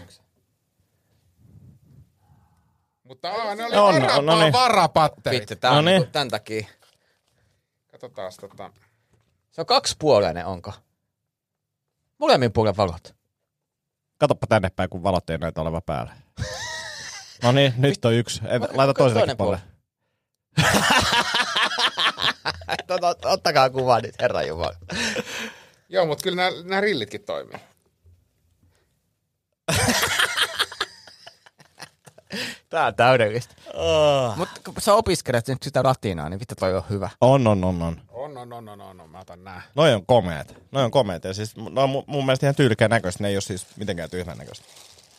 [SPEAKER 7] Mutta aah, ne oli
[SPEAKER 6] On,
[SPEAKER 7] varapa-
[SPEAKER 6] on, no niin.
[SPEAKER 7] varapatterit.
[SPEAKER 5] Vittu, tää on
[SPEAKER 6] No niin.
[SPEAKER 5] niinku tän takia.
[SPEAKER 7] Katsotaas tota...
[SPEAKER 5] Se on kaksipuolinen, onko? Molemmin puolen valot.
[SPEAKER 6] Katoppa tänne päin, kun valot ei näytä oleva päällä. No niin, nyt on yksi. Ei, Laita toiselle
[SPEAKER 5] toinen
[SPEAKER 6] puolelle.
[SPEAKER 5] Tota, ottakaa kuva nyt, herra Jumala.
[SPEAKER 7] Joo, mutta kyllä nämä, nämä rillitkin toimii.
[SPEAKER 5] Tää on täydellistä. Oh. Mutta kun sä opiskelet nyt sitä latinaa, niin vittu toi on hyvä.
[SPEAKER 6] On, on, on, on.
[SPEAKER 7] On, on, on, on, on, on. mä otan nää.
[SPEAKER 6] Noi on komeet. Noi on komeet. Ja siis, no, mun, mun mielestä ihan tyylikään näköistä. Ne ei ole siis mitenkään tyhmän näköistä.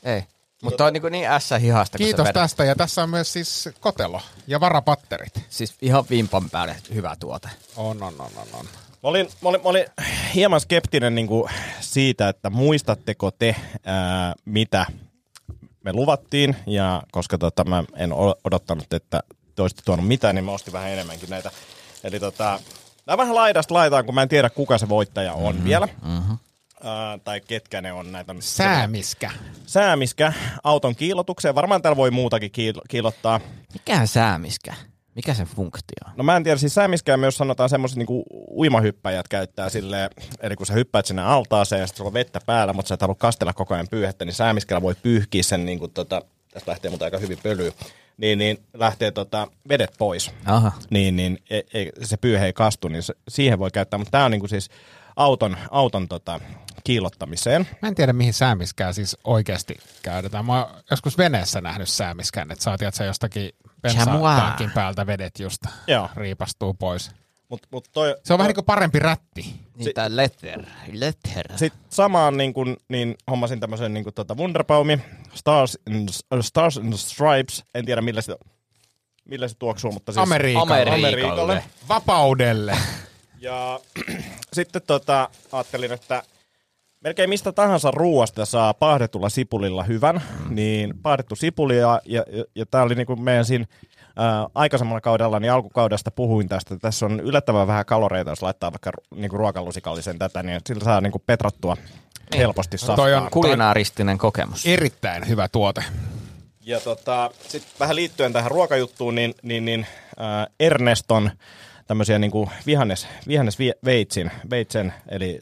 [SPEAKER 5] Ei. Mutta toi on niinku niin ässä hihasta, kun
[SPEAKER 7] Kiitos
[SPEAKER 5] sä vedät.
[SPEAKER 7] tästä, ja tässä on myös siis kotelo ja varapatterit.
[SPEAKER 5] Siis ihan vimpan päälle hyvä tuote.
[SPEAKER 7] On, on, on, on, on.
[SPEAKER 6] Mä olin, mä olin, mä olin hieman skeptinen niin kuin siitä, että muistatteko te, ää, mitä me luvattiin. Ja koska tota, mä en o- odottanut, että te olisitte tuonut mitään, niin mä ostin vähän enemmänkin näitä. Eli tota, nää vähän laidasta laitaan, kun mä en tiedä, kuka se voittaja on mm-hmm. vielä. Mm-hmm. Ää, tai ketkä ne on näitä. on-
[SPEAKER 7] Säämiskä.
[SPEAKER 6] Säämiskä auton kiilotukseen. Varmaan täällä voi muutakin kiil- kiilottaa.
[SPEAKER 5] Mikähän säämiskä? Mikä sen funktio on?
[SPEAKER 6] No mä en tiedä, siis säämiskään myös sanotaan semmoiset niinku uimahyppäjät käyttää silleen, eli kun sä hyppäät sinne altaaseen ja sitten sulla on vettä päällä, mutta sä et halua kastella koko ajan pyyhettä, niin säämiskellä voi pyyhkiä sen niinku tota, tästä lähtee mutta aika hyvin pölyä, niin, niin lähtee tota, vedet pois.
[SPEAKER 5] Aha.
[SPEAKER 6] Niin, niin e, e, se pyyhe ei kastu, niin se, siihen voi käyttää, mutta tää on niinku siis auton, auton tota, kiilottamiseen.
[SPEAKER 7] Mä en tiedä, mihin säämiskää siis oikeasti käytetään. Mä oon joskus veneessä nähnyt säämiskään, että saa tiedätkö, jostakin
[SPEAKER 5] Chamois.
[SPEAKER 7] bensatankin päältä vedet just
[SPEAKER 6] Joo.
[SPEAKER 7] riipastuu pois.
[SPEAKER 6] Mut, mut toi,
[SPEAKER 7] Se on vähän niin kuin parempi rätti.
[SPEAKER 5] Niin si- tää letter. Letter.
[SPEAKER 6] Sitten samaan niin kun, niin hommasin tämmöisen niin kun, tota Wunderbaumi, Stars in, Stars in Stripes, en tiedä millä se, millä se tuoksuu, mutta siis
[SPEAKER 7] Amerikalle.
[SPEAKER 5] Amerikalle.
[SPEAKER 6] Amerikalle.
[SPEAKER 7] Vapaudelle.
[SPEAKER 6] Ja sitten tota, ajattelin, että Melkein mistä tahansa ruuasta saa paahdetulla sipulilla hyvän, niin paahdettu sipuli ja, ja, ja, ja tämä oli niinku meidän siinä ää, aikaisemmalla kaudella, niin alkukaudesta puhuin tästä. Tässä on yllättävän vähän kaloreita, jos laittaa vaikka ru- niinku ruokalusikallisen tätä, niin sillä saa niinku petrattua helposti safkaa.
[SPEAKER 7] Toi on
[SPEAKER 5] Kulinaaristinen kokemus.
[SPEAKER 7] erittäin hyvä tuote.
[SPEAKER 6] Ja tota, sit vähän liittyen tähän ruokajuttuun, niin, niin, niin äh, Erneston tämmöisiä niin kuin vihannes, vihannesveitsin, veitsen, eli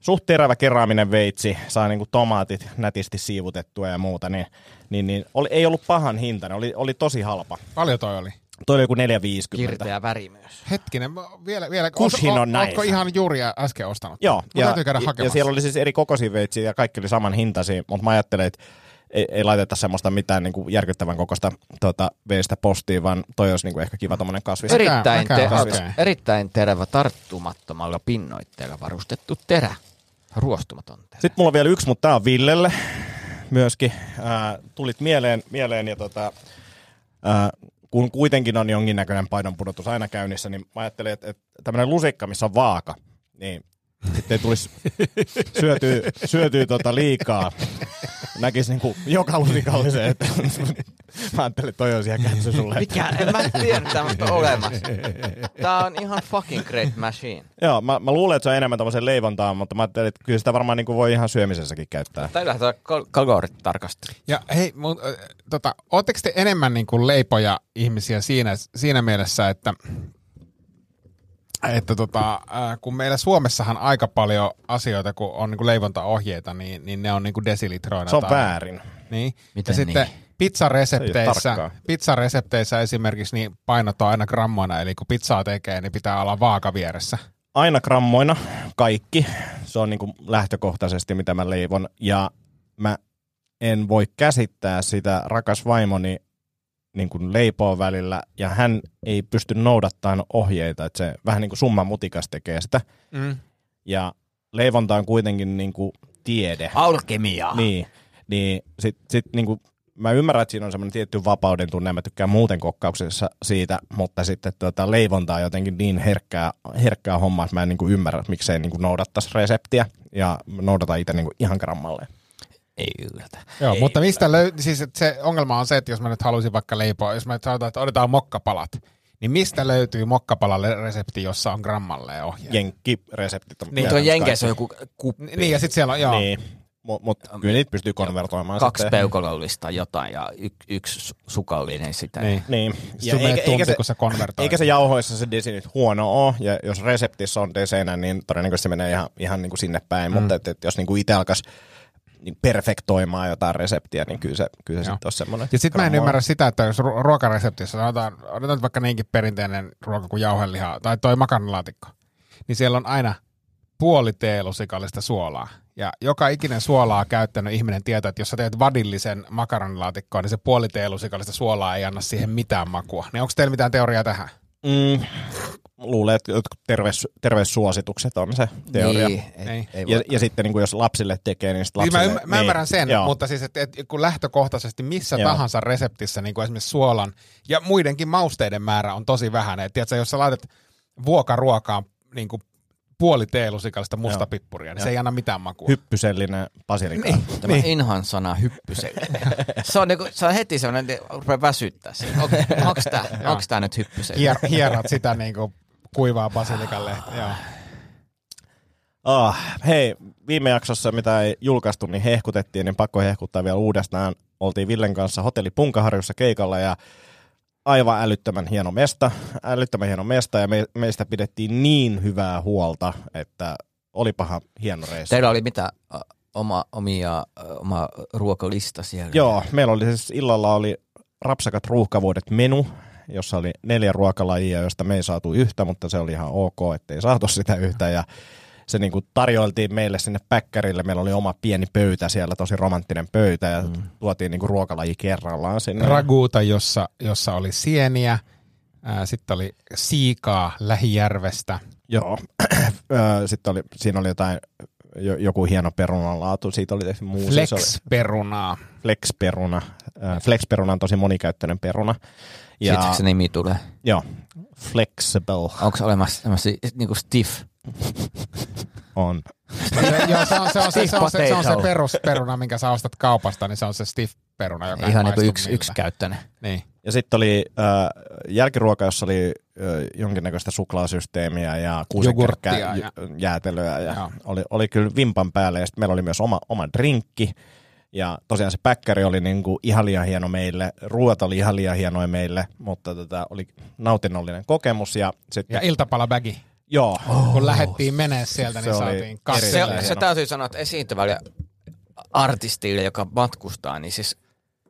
[SPEAKER 6] suht terävä keraaminen veitsi, saa niin kuin tomaatit nätisti siivutettua ja muuta, niin, niin, niin oli, ei ollut pahan hinta, oli, oli tosi halpa.
[SPEAKER 7] Paljon toi oli?
[SPEAKER 6] Toi oli joku 450.
[SPEAKER 5] Kirteä väri myös.
[SPEAKER 7] Hetkinen, mä vielä, vielä.
[SPEAKER 6] Kushin
[SPEAKER 7] ootko-
[SPEAKER 6] on näin.
[SPEAKER 7] Ootko ihan juuria äsken ostanut?
[SPEAKER 6] Joo,
[SPEAKER 7] Mä täytyy käydä
[SPEAKER 6] ja,
[SPEAKER 7] hakemassa.
[SPEAKER 6] ja siellä oli siis eri kokoisia veitsiä ja kaikki oli saman hintaisia, mutta mä ajattelin, että ei, ei laiteta semmoista mitään niin kuin järkyttävän kokoista tuota, veistä postiin, vaan toi olisi niin kuin ehkä kiva tommonen kasvis.
[SPEAKER 7] Eri-
[SPEAKER 5] Erittäin,
[SPEAKER 7] mäkään
[SPEAKER 5] te-
[SPEAKER 7] kasvin.
[SPEAKER 5] erittäin terävä tarttumattomalla pinnoitteella varustettu terä. Ruostumaton terä.
[SPEAKER 6] Sitten mulla on vielä yksi, mutta tää on Villelle myöskin. Ää, tulit mieleen, mieleen ja tota, ää, kun kuitenkin on jonkinnäköinen painonpudotus aina käynnissä, niin mä ajattelin, että, että tämmöinen lusikka, missä on vaaka, niin sitten ei tulisi syötyä, syötyä tota liikaa. Näkisi niinku joka lusikallisen, että mä ajattelin, että toi olisi ihan kätsy sulle.
[SPEAKER 5] Mikä? En mä tiedä tämmöistä olemassa. Tää on ihan fucking great machine.
[SPEAKER 6] Joo, mä, mä luulen, että se on enemmän tämmöiseen leivontaan, mutta mä ajattelin, että kyllä sitä varmaan niinku voi ihan syömisessäkin käyttää.
[SPEAKER 5] Tää lähtee kal- kalorit tarkasti.
[SPEAKER 7] Ja hei, mun, äh, tota, ootteko te enemmän niin kuin leipoja ihmisiä siinä, siinä mielessä, että, että tota, äh, kun meillä Suomessahan aika paljon asioita, kun on niin kuin leivontaohjeita, niin, niin ne on niin kuin desilitroina.
[SPEAKER 6] Se on
[SPEAKER 7] tai-
[SPEAKER 6] väärin.
[SPEAKER 7] Niin.
[SPEAKER 5] Miten
[SPEAKER 7] ja sitten
[SPEAKER 5] niin?
[SPEAKER 6] Se ei ole
[SPEAKER 7] pizzaresepteissä,
[SPEAKER 6] tarkkaa.
[SPEAKER 7] pizzaresepteissä esimerkiksi niin painotaan aina grammoina, eli kun pizzaa tekee, niin pitää olla vaaka vieressä.
[SPEAKER 6] aina grammoina kaikki. Se on niin kuin lähtökohtaisesti, mitä mä leivon. Ja mä en voi käsittää sitä rakas vaimoni niin kuin leipoo välillä, ja hän ei pysty noudattamaan ohjeita, että se vähän niin kuin summa mutikas tekee sitä.
[SPEAKER 7] Mm.
[SPEAKER 6] Ja leivonta on kuitenkin niin kuin tiede.
[SPEAKER 5] Alkemiaa.
[SPEAKER 6] Niin, niin sit, sit niinku, mä ymmärrän, että siinä on semmoinen tietty vapauden tunne, ja mä tykkään muuten kokkauksessa siitä, mutta sitten tota, leivontaa jotenkin niin herkkää, herkkää hommaa, että mä en niinku ymmärrä, miksei niinku noudattaisi reseptiä, ja noudata itse niinku ihan grammalleen.
[SPEAKER 5] Ei yllätä.
[SPEAKER 7] Joo, mutta mistä löy- siis et se ongelma on se, että jos mä nyt haluaisin vaikka leipoa, jos mä nyt sanotaan, että otetaan mokkapalat, niin mistä löytyy mokkapalalle resepti, jossa on grammalle ohje?
[SPEAKER 6] Jenkkireseptit on
[SPEAKER 5] Niin, tuo Jenkeissä on joku kuppi.
[SPEAKER 7] Niin, ja sitten siellä on, joo. Niin.
[SPEAKER 6] Niin, mutta mut, kyllä niitä pystyy konvertoimaan
[SPEAKER 5] Kaksi
[SPEAKER 6] sitten.
[SPEAKER 5] peukalollista jotain ja y- yksi su- sukallinen sitä.
[SPEAKER 7] niin.
[SPEAKER 6] Niin.
[SPEAKER 7] Sitten menee tunti, kun sä konvertoit.
[SPEAKER 6] Eikä se jauhoissa se desi nyt huono ole, ja jos reseptissä on desenä, niin todennäköisesti se menee ihan, ihan niin kuin sinne päin, mm. mutta et, et jos niin kuin itse alkaisi niin perfektoimaan jotain reseptiä, niin kyllä se, kyllä se
[SPEAKER 7] Joo.
[SPEAKER 6] sitten olisi semmoinen.
[SPEAKER 7] Ja sitten mä en
[SPEAKER 6] grammoa.
[SPEAKER 7] ymmärrä sitä, että jos ruo- ruokareseptissä sanotaan, otetaan nyt vaikka niinkin perinteinen ruoka kuin jauhelihaa tai toi makaronilaatikko, niin siellä on aina puoli teelusikallista suolaa. Ja joka ikinen suolaa käyttänyt ihminen tietää, että jos sä teet vadillisen makaronilaatikkoon, niin se puoli teelusikallista suolaa ei anna siihen mitään makua. Niin onko teillä mitään teoriaa tähän?
[SPEAKER 6] Mm, luulen, että jotkut terveys, terveyssuositukset on se teoria.
[SPEAKER 5] Niin, ei,
[SPEAKER 7] Niin.
[SPEAKER 5] ei. ei
[SPEAKER 6] Ja, ja sitten niin kuin jos lapsille tekee, niin sitten
[SPEAKER 7] Siis
[SPEAKER 6] lapsille...
[SPEAKER 7] mä, ymmär, mä ymmärrän sen,
[SPEAKER 6] Joo.
[SPEAKER 7] mutta siis et, et, kun lähtökohtaisesti missä
[SPEAKER 6] Joo.
[SPEAKER 7] Joo. tahansa reseptissä, niin kuin esimerkiksi suolan ja muidenkin mausteiden määrä on tosi vähän. Et, tiedätkö, jos sä laitat vuokaruokaan niin kuin puoli teelusikallista mustapippuria, niin
[SPEAKER 6] Joo.
[SPEAKER 7] se ei anna mitään makua.
[SPEAKER 6] Hyppysellinen basilikaa. Niin.
[SPEAKER 5] Tämä niin. inhan sana hyppyselle. se, on niinku, se on heti semmoinen, että rupeaa väsyttää. siinä. On, onks, tää, onks tää nyt hyppyselle?
[SPEAKER 7] Hier, hierat sitä niin kuin kuivaa basilikan lehtiä. Joo.
[SPEAKER 6] Niin. Ah, hei, viime jaksossa, mitä ei julkaistu, niin hehkutettiin, niin pakko hehkuttaa vielä uudestaan. Oltiin Villen kanssa hotelli Punkaharjussa keikalla ja aivan älyttömän hieno mesta, älyttömän hieno mesta ja me, meistä pidettiin niin hyvää huolta, että olipahan hieno reissu.
[SPEAKER 5] Teillä oli mitä ö, oma, omia, ö, oma ruokalista siellä?
[SPEAKER 6] Joo, meillä oli siis illalla oli rapsakat ruuhkavuodet menu, jossa oli neljä ruokalajia, josta me ei saatu yhtä, mutta se oli ihan ok, ettei saatu sitä yhtä. Ja se niin kuin tarjoiltiin meille sinne päkkärille. Meillä oli oma pieni pöytä siellä, tosi romanttinen pöytä ja mm. tuotiin niin kuin ruokalaji kerrallaan sinne.
[SPEAKER 7] Raguuta, jossa, jossa oli sieniä, ää, sitten oli siikaa lähijärvestä.
[SPEAKER 6] Joo. Ö, Sitten oli, siinä oli jotain, jo- joku hieno perunanlaatu. Siitä oli tehty muusi. Se siis oli
[SPEAKER 7] Flex-perunaa.
[SPEAKER 6] flexperuna. Ö, Flexperuna on tosi monikäyttöinen peruna.
[SPEAKER 5] Ja...
[SPEAKER 6] Ja,
[SPEAKER 5] se nimi tulee?
[SPEAKER 6] joo, flexible
[SPEAKER 5] Onko olemassa semmoisia niinku stiff?
[SPEAKER 6] on.
[SPEAKER 7] Joo, se on se, on, se, se, on, se, se,
[SPEAKER 5] Stiff
[SPEAKER 7] on se
[SPEAKER 5] potato.
[SPEAKER 7] perusperuna, minkä sä ostat kaupasta, niin se on se stiff peruna, joka ei
[SPEAKER 5] Ihan niinku
[SPEAKER 7] maistu
[SPEAKER 5] yksi,
[SPEAKER 7] miltään.
[SPEAKER 5] yksikäyttöinen.
[SPEAKER 7] Niin.
[SPEAKER 6] Ja sitten oli äh, jälkiruoka, jossa oli äh, jonkinnäköistä suklaasysteemiä ja kuusenkerkkää
[SPEAKER 7] Jogurttia ja-
[SPEAKER 6] ja. jäätelöä. Ja
[SPEAKER 7] Joo.
[SPEAKER 6] oli, oli kyllä vimpan päälle ja sitten meillä oli myös oma, oma drinkki. Ja tosiaan se päkkäri oli niinku ihan liian hieno meille, ruoat oli ihan liian hienoja meille, mutta tota, oli nautinnollinen kokemus. Ja sitten,
[SPEAKER 7] Ja Oh. iltapalabägi.
[SPEAKER 6] joo,
[SPEAKER 7] Kun
[SPEAKER 5] Oh,
[SPEAKER 7] lähdettiin menee sieltä,
[SPEAKER 6] Se
[SPEAKER 7] niin
[SPEAKER 6] oli
[SPEAKER 7] saatiin kaksi.
[SPEAKER 5] Se,
[SPEAKER 6] Erittäin
[SPEAKER 5] se
[SPEAKER 6] hieno.
[SPEAKER 5] täytyy sanoa, että esiintyvälle artistille, joka matkustaa, niin siis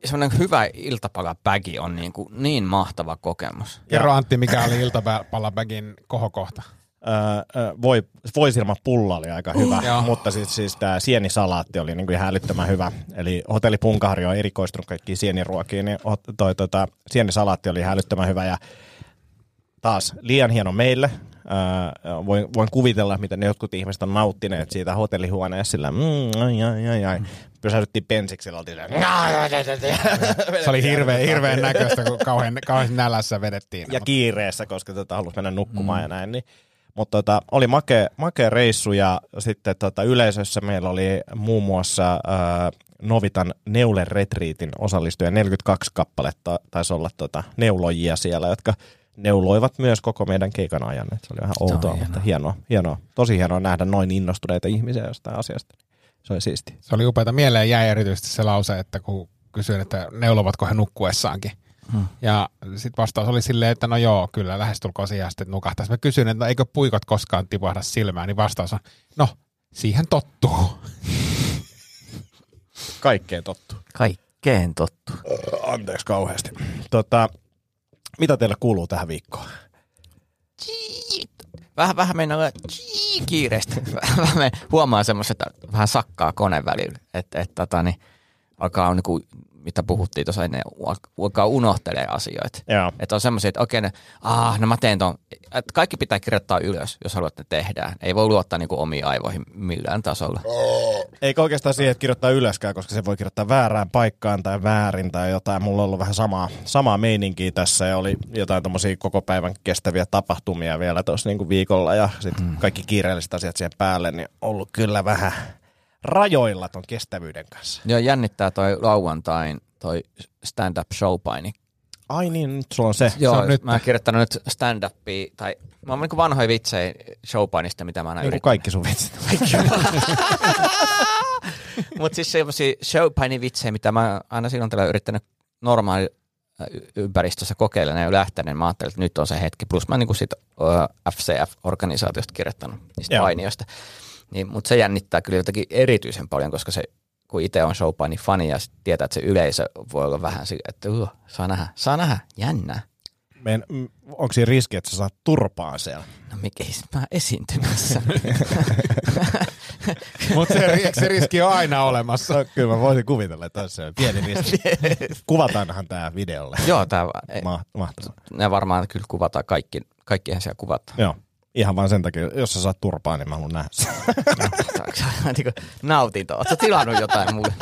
[SPEAKER 5] semmoinen hyvä iltapalapäki on niin, kuin niin mahtava kokemus.
[SPEAKER 7] Kerro Antti, mikä oli iltapalabägin kohokohta.
[SPEAKER 6] Öö, öö, voi, voisilmapulla oli aika hyvä,
[SPEAKER 7] Joo.
[SPEAKER 6] mutta siis, siis tämä sienisalaatti oli niinku ihan älyttömän hyvä. Eli hotelli Punkaharju on erikoistunut kaikkiin sieniruokiin, niin hot- toi, tota, sienisalaatti oli ihan älyttömän hyvä. Ja taas liian hieno meille. Öö, voin, voin kuvitella, miten ne jotkut ihmiset on nauttineet siitä hotellihuoneessa sillä mm, ai, ai, ai, ai. Pysähdyttiin pensiksi, ja oltiin siellä,
[SPEAKER 7] Se oli hirveän, hirveän näköistä, kun kauhean, kauhean nälässä vedettiin.
[SPEAKER 6] ja kiireessä, koska tota, halusi mennä nukkumaan mm. ja näin. Niin. Mutta tota, oli makea, makea reissu ja sitten tota, yleisössä meillä oli muun muassa ää, Novitan Neulen retriitin osallistuja 42 kappaletta taisi olla tota, neulojia siellä, jotka neuloivat myös koko meidän keikan ajan. Et se oli vähän outoa,
[SPEAKER 5] hienoa.
[SPEAKER 6] mutta hienoa, hienoa. Tosi hienoa nähdä noin innostuneita ihmisiä jostain asiasta. Se oli siisti.
[SPEAKER 7] Se oli upeata. Mieleen jäi erityisesti se lause, että kun kysyin, että neulovatko he nukkuessaankin. Hmm. Ja sitten vastaus oli silleen, että no joo, kyllä lähestulkoon siihen asti että nukahtaisi. Mä kysyin, että no eikö puikot koskaan tipahda silmään, niin vastaus on, no siihen tottuu.
[SPEAKER 6] Kaikkeen tottu.
[SPEAKER 5] Kaikkeen tottu.
[SPEAKER 6] Anteeksi kauheasti. Tota, mitä teillä kuuluu tähän viikkoon?
[SPEAKER 5] Vähän, vähän meinaa olla tsii- kiireistä. Vähän me huomaa semmoista, että vähän sakkaa kone välillä. Että et, tota, niin, alkaa niin kuin, mitä puhuttiin tuossa ennen, u- alkaa unohtelee asioita.
[SPEAKER 6] Joo.
[SPEAKER 5] Että on semmoisia, että okei, ne, ah, no mä teen ton. Et kaikki pitää kirjoittaa ylös, jos haluat, että ne tehdään. Ei voi luottaa niinku omiin aivoihin millään tasolla.
[SPEAKER 6] Eikä oikeastaan siihen, että kirjoittaa ylöskään, koska se voi kirjoittaa väärään paikkaan tai väärin tai jotain. Mulla on ollut vähän samaa, samaa meininkiä tässä ja oli jotain tommosia koko päivän kestäviä tapahtumia vielä tuossa niinku viikolla ja sitten
[SPEAKER 5] Hmm.
[SPEAKER 6] mm. kaikki kiireelliset asiat siihen päälle, niin ollut kyllä vähän rajoilla ton kestävyyden kanssa.
[SPEAKER 5] Joo, jännittää toi lauantain toi stand-up showpaini.
[SPEAKER 6] Ai niin, nyt sulla on se.
[SPEAKER 5] Joo,
[SPEAKER 7] nyt.
[SPEAKER 5] mä oon kirjoittanut nyt stand-upia, tai mä oon niinku vanhoja vitsejä showpainista, mitä mä aina
[SPEAKER 6] Niin kuin
[SPEAKER 5] yritän.
[SPEAKER 6] kaikki sun vitsit.
[SPEAKER 5] Mutta siis semmoisia showpainin vitsejä, mitä mä oon aina silloin tällä yrittänyt normaali äh, y- ympäristössä kokeilla, ne ei ole lähtenyt, niin mä ajattelin, että nyt on se hetki. Plus mä oon niinku siitä äh, FCF-organisaatiosta kirjoittanut, niistä
[SPEAKER 6] Joo.
[SPEAKER 5] painioista. Niin, mutta se jännittää kyllä jotenkin erityisen paljon, koska se, kun itse on showpainin fani ja sit tietää, että se yleisö voi olla vähän sille, että uh, saa nähdä, saa nähdä, jännää.
[SPEAKER 6] Meidän, mm, onko siinä riski, että sä saat turpaan siellä?
[SPEAKER 5] No mikä ei sit mä oon esiintymässä.
[SPEAKER 7] Mutta se, eikö se riski on aina olemassa.
[SPEAKER 6] No, kyllä mä voisin kuvitella, että se on pieni riski. Kuvataanhan tää videolle.
[SPEAKER 5] Joo, tää, e-
[SPEAKER 6] Ma- mahtavaa.
[SPEAKER 5] ne varmaan kyllä kuvataan kaikki, kaikkihan siellä kuvataan.
[SPEAKER 6] Joo. Ihan vaan sen takia, jos sä saat turpaa, niin mä haluan nähdä sen.
[SPEAKER 5] Niinku nautinto, ootko tilannut jotain mulle?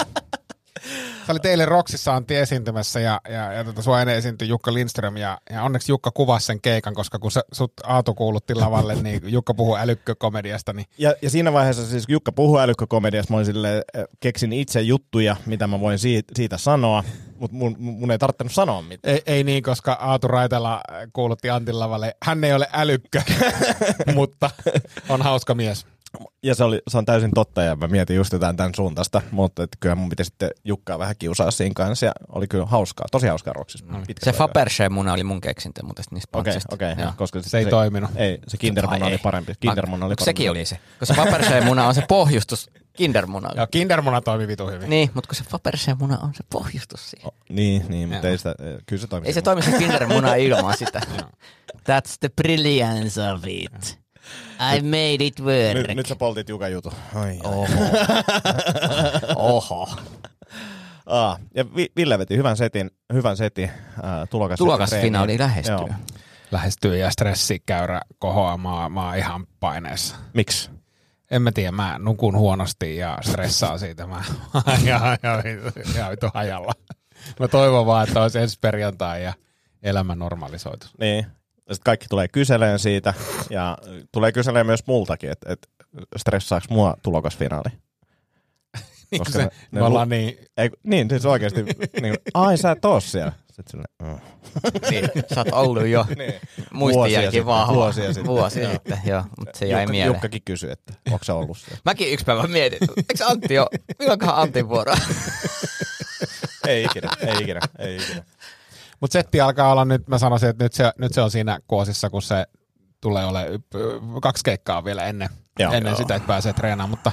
[SPEAKER 7] Sä olit eilen Roksissa Antti esiintymässä ja, ja, ja tota, sua ennen esiintyi Jukka Lindström ja, ja onneksi Jukka kuvasi sen keikan, koska kun sä, sut Aatu kuulutti lavalle, niin Jukka puhui älykkökomediasta, niin
[SPEAKER 6] Ja, ja siinä vaiheessa siis Jukka puhuu älykkökomediasta, mä olin silleen, eh, keksin itse juttuja, mitä mä voin siitä, siitä sanoa, mutta mun, mun ei tarvinnut sanoa mitään.
[SPEAKER 7] ei, ei niin, koska Aatu Raitala kuulutti Antin lavalle, hän ei ole älykkö, mutta on hauska mies.
[SPEAKER 6] Ja se, oli, se on täysin totta ja mä mietin just jotain tämän suuntaista, mutta et kyllä mun piti sitten Jukkaa vähän kiusaa siinä kanssa ja oli kyllä hauskaa, tosi hauskaa ruoksissa.
[SPEAKER 5] Mm. Se Fabergé muna oli mun keksintö, mutta niistä
[SPEAKER 6] Okei,
[SPEAKER 5] patsista.
[SPEAKER 6] okei.
[SPEAKER 5] Joo.
[SPEAKER 6] joo, koska
[SPEAKER 7] Se ei toiminut.
[SPEAKER 6] Ei, se Kindermuna
[SPEAKER 5] Tai
[SPEAKER 6] oli
[SPEAKER 5] ei.
[SPEAKER 6] parempi. Kindermuna oli
[SPEAKER 5] Onko
[SPEAKER 6] parempi.
[SPEAKER 5] Sekin oli se, koska Fabergé muna on se pohjustus Kindermunalle.
[SPEAKER 7] Ja Kindermuna toimi vitu hyvin.
[SPEAKER 5] Niin, mutta kun se Fabergé muna on se pohjustus siihen.
[SPEAKER 6] Niin, niin, mutta ei sitä, kyllä se toimii.
[SPEAKER 5] Ei se toimi se Kindermuna ilman sitä. That's the brilliance of it. I made it work.
[SPEAKER 6] Nyt, nyt sä poltit Jukan jutu. Ai, ai.
[SPEAKER 5] Oho.
[SPEAKER 6] Aa, ja Vi- Ville veti hyvän setin, hyvän setin äh, tulokas
[SPEAKER 5] Tulokasfinaali lähestyy.
[SPEAKER 6] Joo.
[SPEAKER 7] Lähestyy ja stressikäyrä kohoaa, mä, mä oon ihan paineessa.
[SPEAKER 6] Miksi?
[SPEAKER 7] En mä tiedä, mä nukun huonosti ja stressaan siitä. Mä ihan, ihan, vitu- ihan vitu hajalla. Mä toivon vaan, että olisi ensi perjantai ja elämä normalisoitu.
[SPEAKER 6] Niin. Sitten kaikki tulee kyseleen siitä ja tulee kyseleen myös multakin, että et, stressaako mua tulokasfinaali.
[SPEAKER 7] Niin
[SPEAKER 6] Koska
[SPEAKER 7] se,
[SPEAKER 6] ne- ne
[SPEAKER 7] me ollaan niin,
[SPEAKER 6] Ei, kun- niin, siis oikeasti, niin, kuin, ai sä et oo siellä. Sitten silleen, "Mm."
[SPEAKER 5] Niin, sä oot ollut jo
[SPEAKER 6] Niin. Vuosia
[SPEAKER 5] muistijälki
[SPEAKER 6] sitten,
[SPEAKER 5] vahva.
[SPEAKER 6] vuosia sitten.
[SPEAKER 5] Vuosia sitten, joo. Mutta se jäi
[SPEAKER 6] Jukka,
[SPEAKER 5] mieleen.
[SPEAKER 6] Jukkakin kysyi, että onko sä ollut siellä.
[SPEAKER 5] Mäkin yksi päivä mietin, että eikö Antti ole, milloinkohan Antti vuoro?
[SPEAKER 6] ei ikinä, ei ikinä, ei ikinä.
[SPEAKER 7] Mutta setti alkaa olla nyt, mä sanoisin, että nyt se, nyt se on siinä kuosissa, kun se tulee ole kaksi keikkaa vielä ennen,
[SPEAKER 6] Joo.
[SPEAKER 7] joo, ennen
[SPEAKER 6] Joo.
[SPEAKER 7] joo. sitä, että pääsee treenaamaan, mutta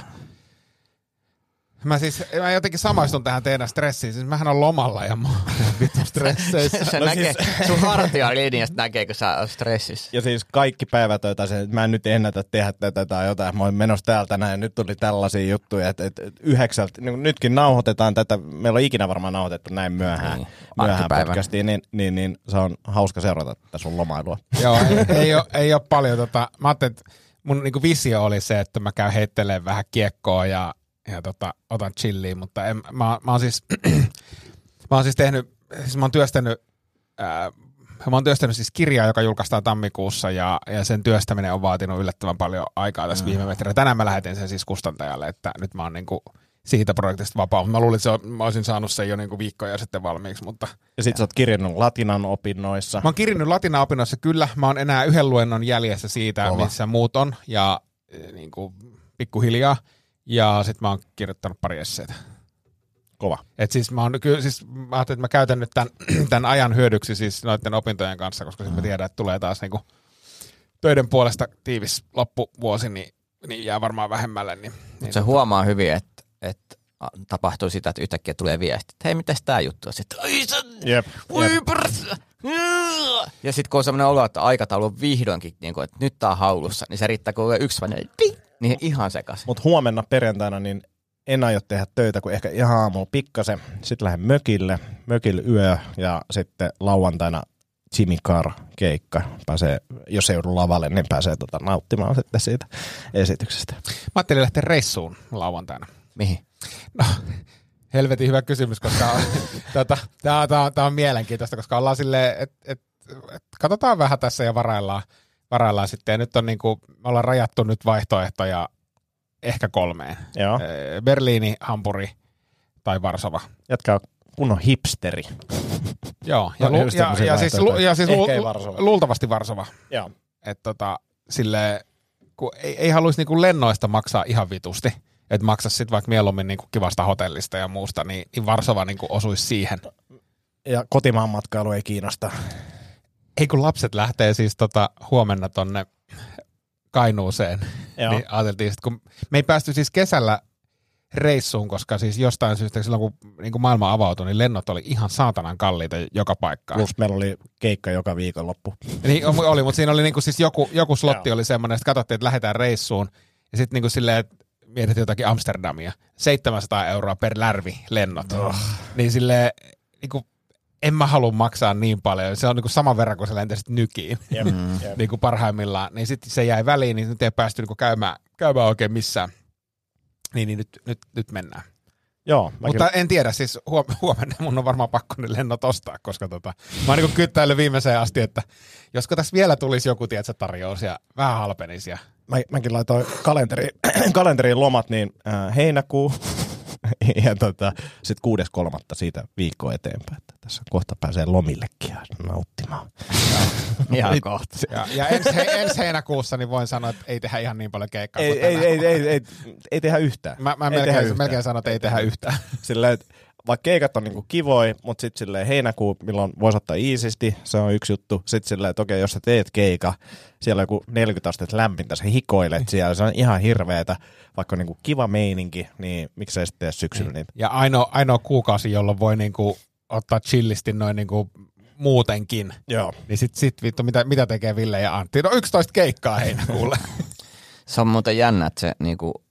[SPEAKER 7] Mä siis, mä jotenkin samaistun tähän teidän stressiin. Siis mähän on lomalla ja mä oon vittu stresseissä.
[SPEAKER 5] Se
[SPEAKER 6] No
[SPEAKER 5] no näkee,
[SPEAKER 6] siis-
[SPEAKER 5] siis... sun hartian linjasta näkee, kun sä oot stressissä.
[SPEAKER 6] Ja siis kaikki päivätöitä, se, että mä en nyt ennätä tehdä tätä tai jotain, mä olin menossa täältä näin, nyt tuli tällaisia juttuja, että, että että yhdeksältä, niin kuin nytkin nauhoitetaan tätä, meillä on ikinä varmaan nauhoitettu näin myöhään,
[SPEAKER 5] Niin,
[SPEAKER 6] niin, myöhään
[SPEAKER 5] arkipäivänä.
[SPEAKER 6] podcastiin, niin, niin, niin, se on hauska seurata tätä sun lomailua.
[SPEAKER 7] Joo, ei, ei, ole, ei ole paljon. Tota, mä ajattelin, että mun niinku visio oli se, että mä käyn heittelemään vähän kiekkoa ja, ja tota, otan chilliä, mutta en, mä, mä, oon siis, mä oon siis tehnyt, siis mä oon työstänyt, ää, mä oon työstänyt siis kirjaa, joka julkaistaan tammikuussa ja, ja sen työstäminen on vaatinut yllättävän paljon aikaa tässä viime metreillä. Tänään mä lähetin sen siis kustantajalle, että nyt mä oon niinku siitä projektista vapaa. Mä luulin, että se on, mä olisin saanut sen jo niinku viikkoja sitten valmiiksi, mutta
[SPEAKER 6] Ja sit sä oot kirjannut latinan opinnoissa.
[SPEAKER 7] Mä oon kirjannut latinaopinnoissa kyllä. Mä oon enää yhden luennon jäljessä siitä,
[SPEAKER 6] Kova.
[SPEAKER 7] Kova. missä muut on. Ja e, niin kuin, pikkuhiljaa. Ja sit mä oon kirjoittanut pari esseitä.
[SPEAKER 6] Kova.
[SPEAKER 7] Et siis mä, oon, kyllä, siis mä ajattelin, että mä käytän nyt tämän, tämän ajan hyödyksi siis noiden opintojen kanssa, koska
[SPEAKER 6] Mm.
[SPEAKER 7] sitten mä tiedän, että tulee taas niin kuin, töiden puolesta tiivis loppuvuosi, niin, niin jää varmaan vähemmälle. Niin, niin
[SPEAKER 5] Se huomaa hyvin, että, että a, tapahtuu sitä, että yhtäkkiä tulee viesti, että hei, mitäs tää juttu on? Sitten, ai sä,
[SPEAKER 6] Jep,
[SPEAKER 5] voi
[SPEAKER 6] jep.
[SPEAKER 5] pers- Ja sitten kun on sellainen olo, että aikataulu on vihdoinkin, niin kun, että nyt tää on haulussa, niin se riittää, kun on yksi sellainen, ding, niin ihan sekas.
[SPEAKER 6] Mutta huomenna perjantaina niin en aio tehdä töitä, kun ehkä ihan aamulla pikkasen. Sitten lähden mökille, mökille yö ja sitten lauantaina Jimmy Carr keikka. Pääsee, jos ei joudu lavalle, niin pääsee tota, nauttimaan sitten siitä esityksestä.
[SPEAKER 7] Mä ajattelin lähteä reissuun lauantaina.
[SPEAKER 5] Mihin?
[SPEAKER 7] No, helvetin hyvä kysymys, koska tota, tämä on, tää on mielenkiintoista, koska ollaan silleen, että et, et, katsotaan vähän tässä ja varaillaan, varaillaan sitten. Ja nyt on niinku, me ollaan rajattu nyt vaihtoehtoja ehkä kolmeen.
[SPEAKER 6] Joo,
[SPEAKER 7] Ee, Berliini, Hampuri tai Varsova.
[SPEAKER 6] jatkaa kunnon hipsteri.
[SPEAKER 7] Joo, ja,
[SPEAKER 6] No,
[SPEAKER 7] lu,
[SPEAKER 6] just
[SPEAKER 7] ja,
[SPEAKER 6] tämmöisiä
[SPEAKER 7] ja, siis, lu,
[SPEAKER 6] vaihtoehtoja.
[SPEAKER 7] ja siis lu,
[SPEAKER 6] Ehkä ei Varsova.
[SPEAKER 7] luultavasti Varsova.
[SPEAKER 6] Joo.
[SPEAKER 7] että tota, sille, kun ei, ei haluaisi niinku lennoista maksaa ihan vitusti, että maksa sitten vaikka mieluummin niinku kivasta hotellista ja muusta, niin, niin Varsova niinku osuisi siihen.
[SPEAKER 6] Ja kotimaan matkailu ei kiinnosta.
[SPEAKER 7] Ei kun lapset lähtee siis tota huomenna tonne Kainuuseen,
[SPEAKER 6] Joo.
[SPEAKER 7] niin ajateltiin, että kun me ei päästy siis kesällä reissuun, koska siis jostain syystä silloin kun niin kuin maailma avautui, niin lennot oli ihan saatanan kalliita joka paikkaan.
[SPEAKER 6] Plus meillä oli keikka joka viikonloppu.
[SPEAKER 7] Niin o- oli, mutta siinä oli niinku siis joku, joku slotti
[SPEAKER 6] Joo.
[SPEAKER 7] oli semmoinen, että katsottiin, että lähdetään reissuun. Ja sitten niinku silleen, että mietittiin jotakin Amsterdamia. 700 euroa per lärvi lennot. Oh. Niin silleen, niinku, en mä halua maksaa niin paljon. Se on niinku saman verran kuin sä lentäisit nykiin.
[SPEAKER 6] Jep, jep.
[SPEAKER 7] Niinku parhaimmillaan. Niin sitten se jäi väliin, niin nyt ei päästy niinku käymään, käymään oikein missään. Niin, niin nyt, nyt, nyt mennään.
[SPEAKER 6] Joo, mäkin-
[SPEAKER 7] Mutta en tiedä, siis huom- huomenna mun on varmaan pakko ne lennot ostaa, koska tota, mä oon niin kyttäillyt viimeiseen asti, että josko tässä vielä tulisi joku tietsä, tarjous ja vähän halpenisi. Ja...
[SPEAKER 6] mä, mäkin laitoin kalenteri, kalenteriin lomat, niin äh, heinäkuu ja tota, sitten kuudes kolmatta siitä viikko eteenpäin. Että tässä kohta pääsee lomillekin ja nauttimaan.
[SPEAKER 7] No
[SPEAKER 5] Ihan kohta.
[SPEAKER 7] Ja, ja ensi, he, ensi heinäkuussa niin voin sanoa, että ei tehdä ihan niin paljon keikkaa
[SPEAKER 6] Ei,
[SPEAKER 7] kuin
[SPEAKER 6] ei,
[SPEAKER 7] tänään.
[SPEAKER 6] ei, ei, ei, ei tehdä yhtään.
[SPEAKER 7] Mä, mä
[SPEAKER 6] ei
[SPEAKER 7] melkein, melkein sanon, että ei tehdä yhtään.
[SPEAKER 6] Silleen, että vaikka keikat on niinku kivoi, mutta sitten silleen heinäkuu, milloin voisi ottaa iisisti, se on yksi juttu. Sitten silleen, että okei, jos sä teet keika, siellä on joku 40 astetta lämmintä, sä hikoilet siellä, se on ihan hirveetä. Vaikka on niinku kiva meininki, niin miksei sitten tee syksyllä niitä.
[SPEAKER 7] Ja ainoa, ainoa kuukausi, jolloin voi niinku ottaa chillisti noin niinku muutenkin.
[SPEAKER 6] Joo.
[SPEAKER 7] Niin sit, sit vittu, mitä, mitä tekee Ville ja Antti? No 11 keikkaa heinäkuulle.
[SPEAKER 5] Se on muuten jännä, että se niinku,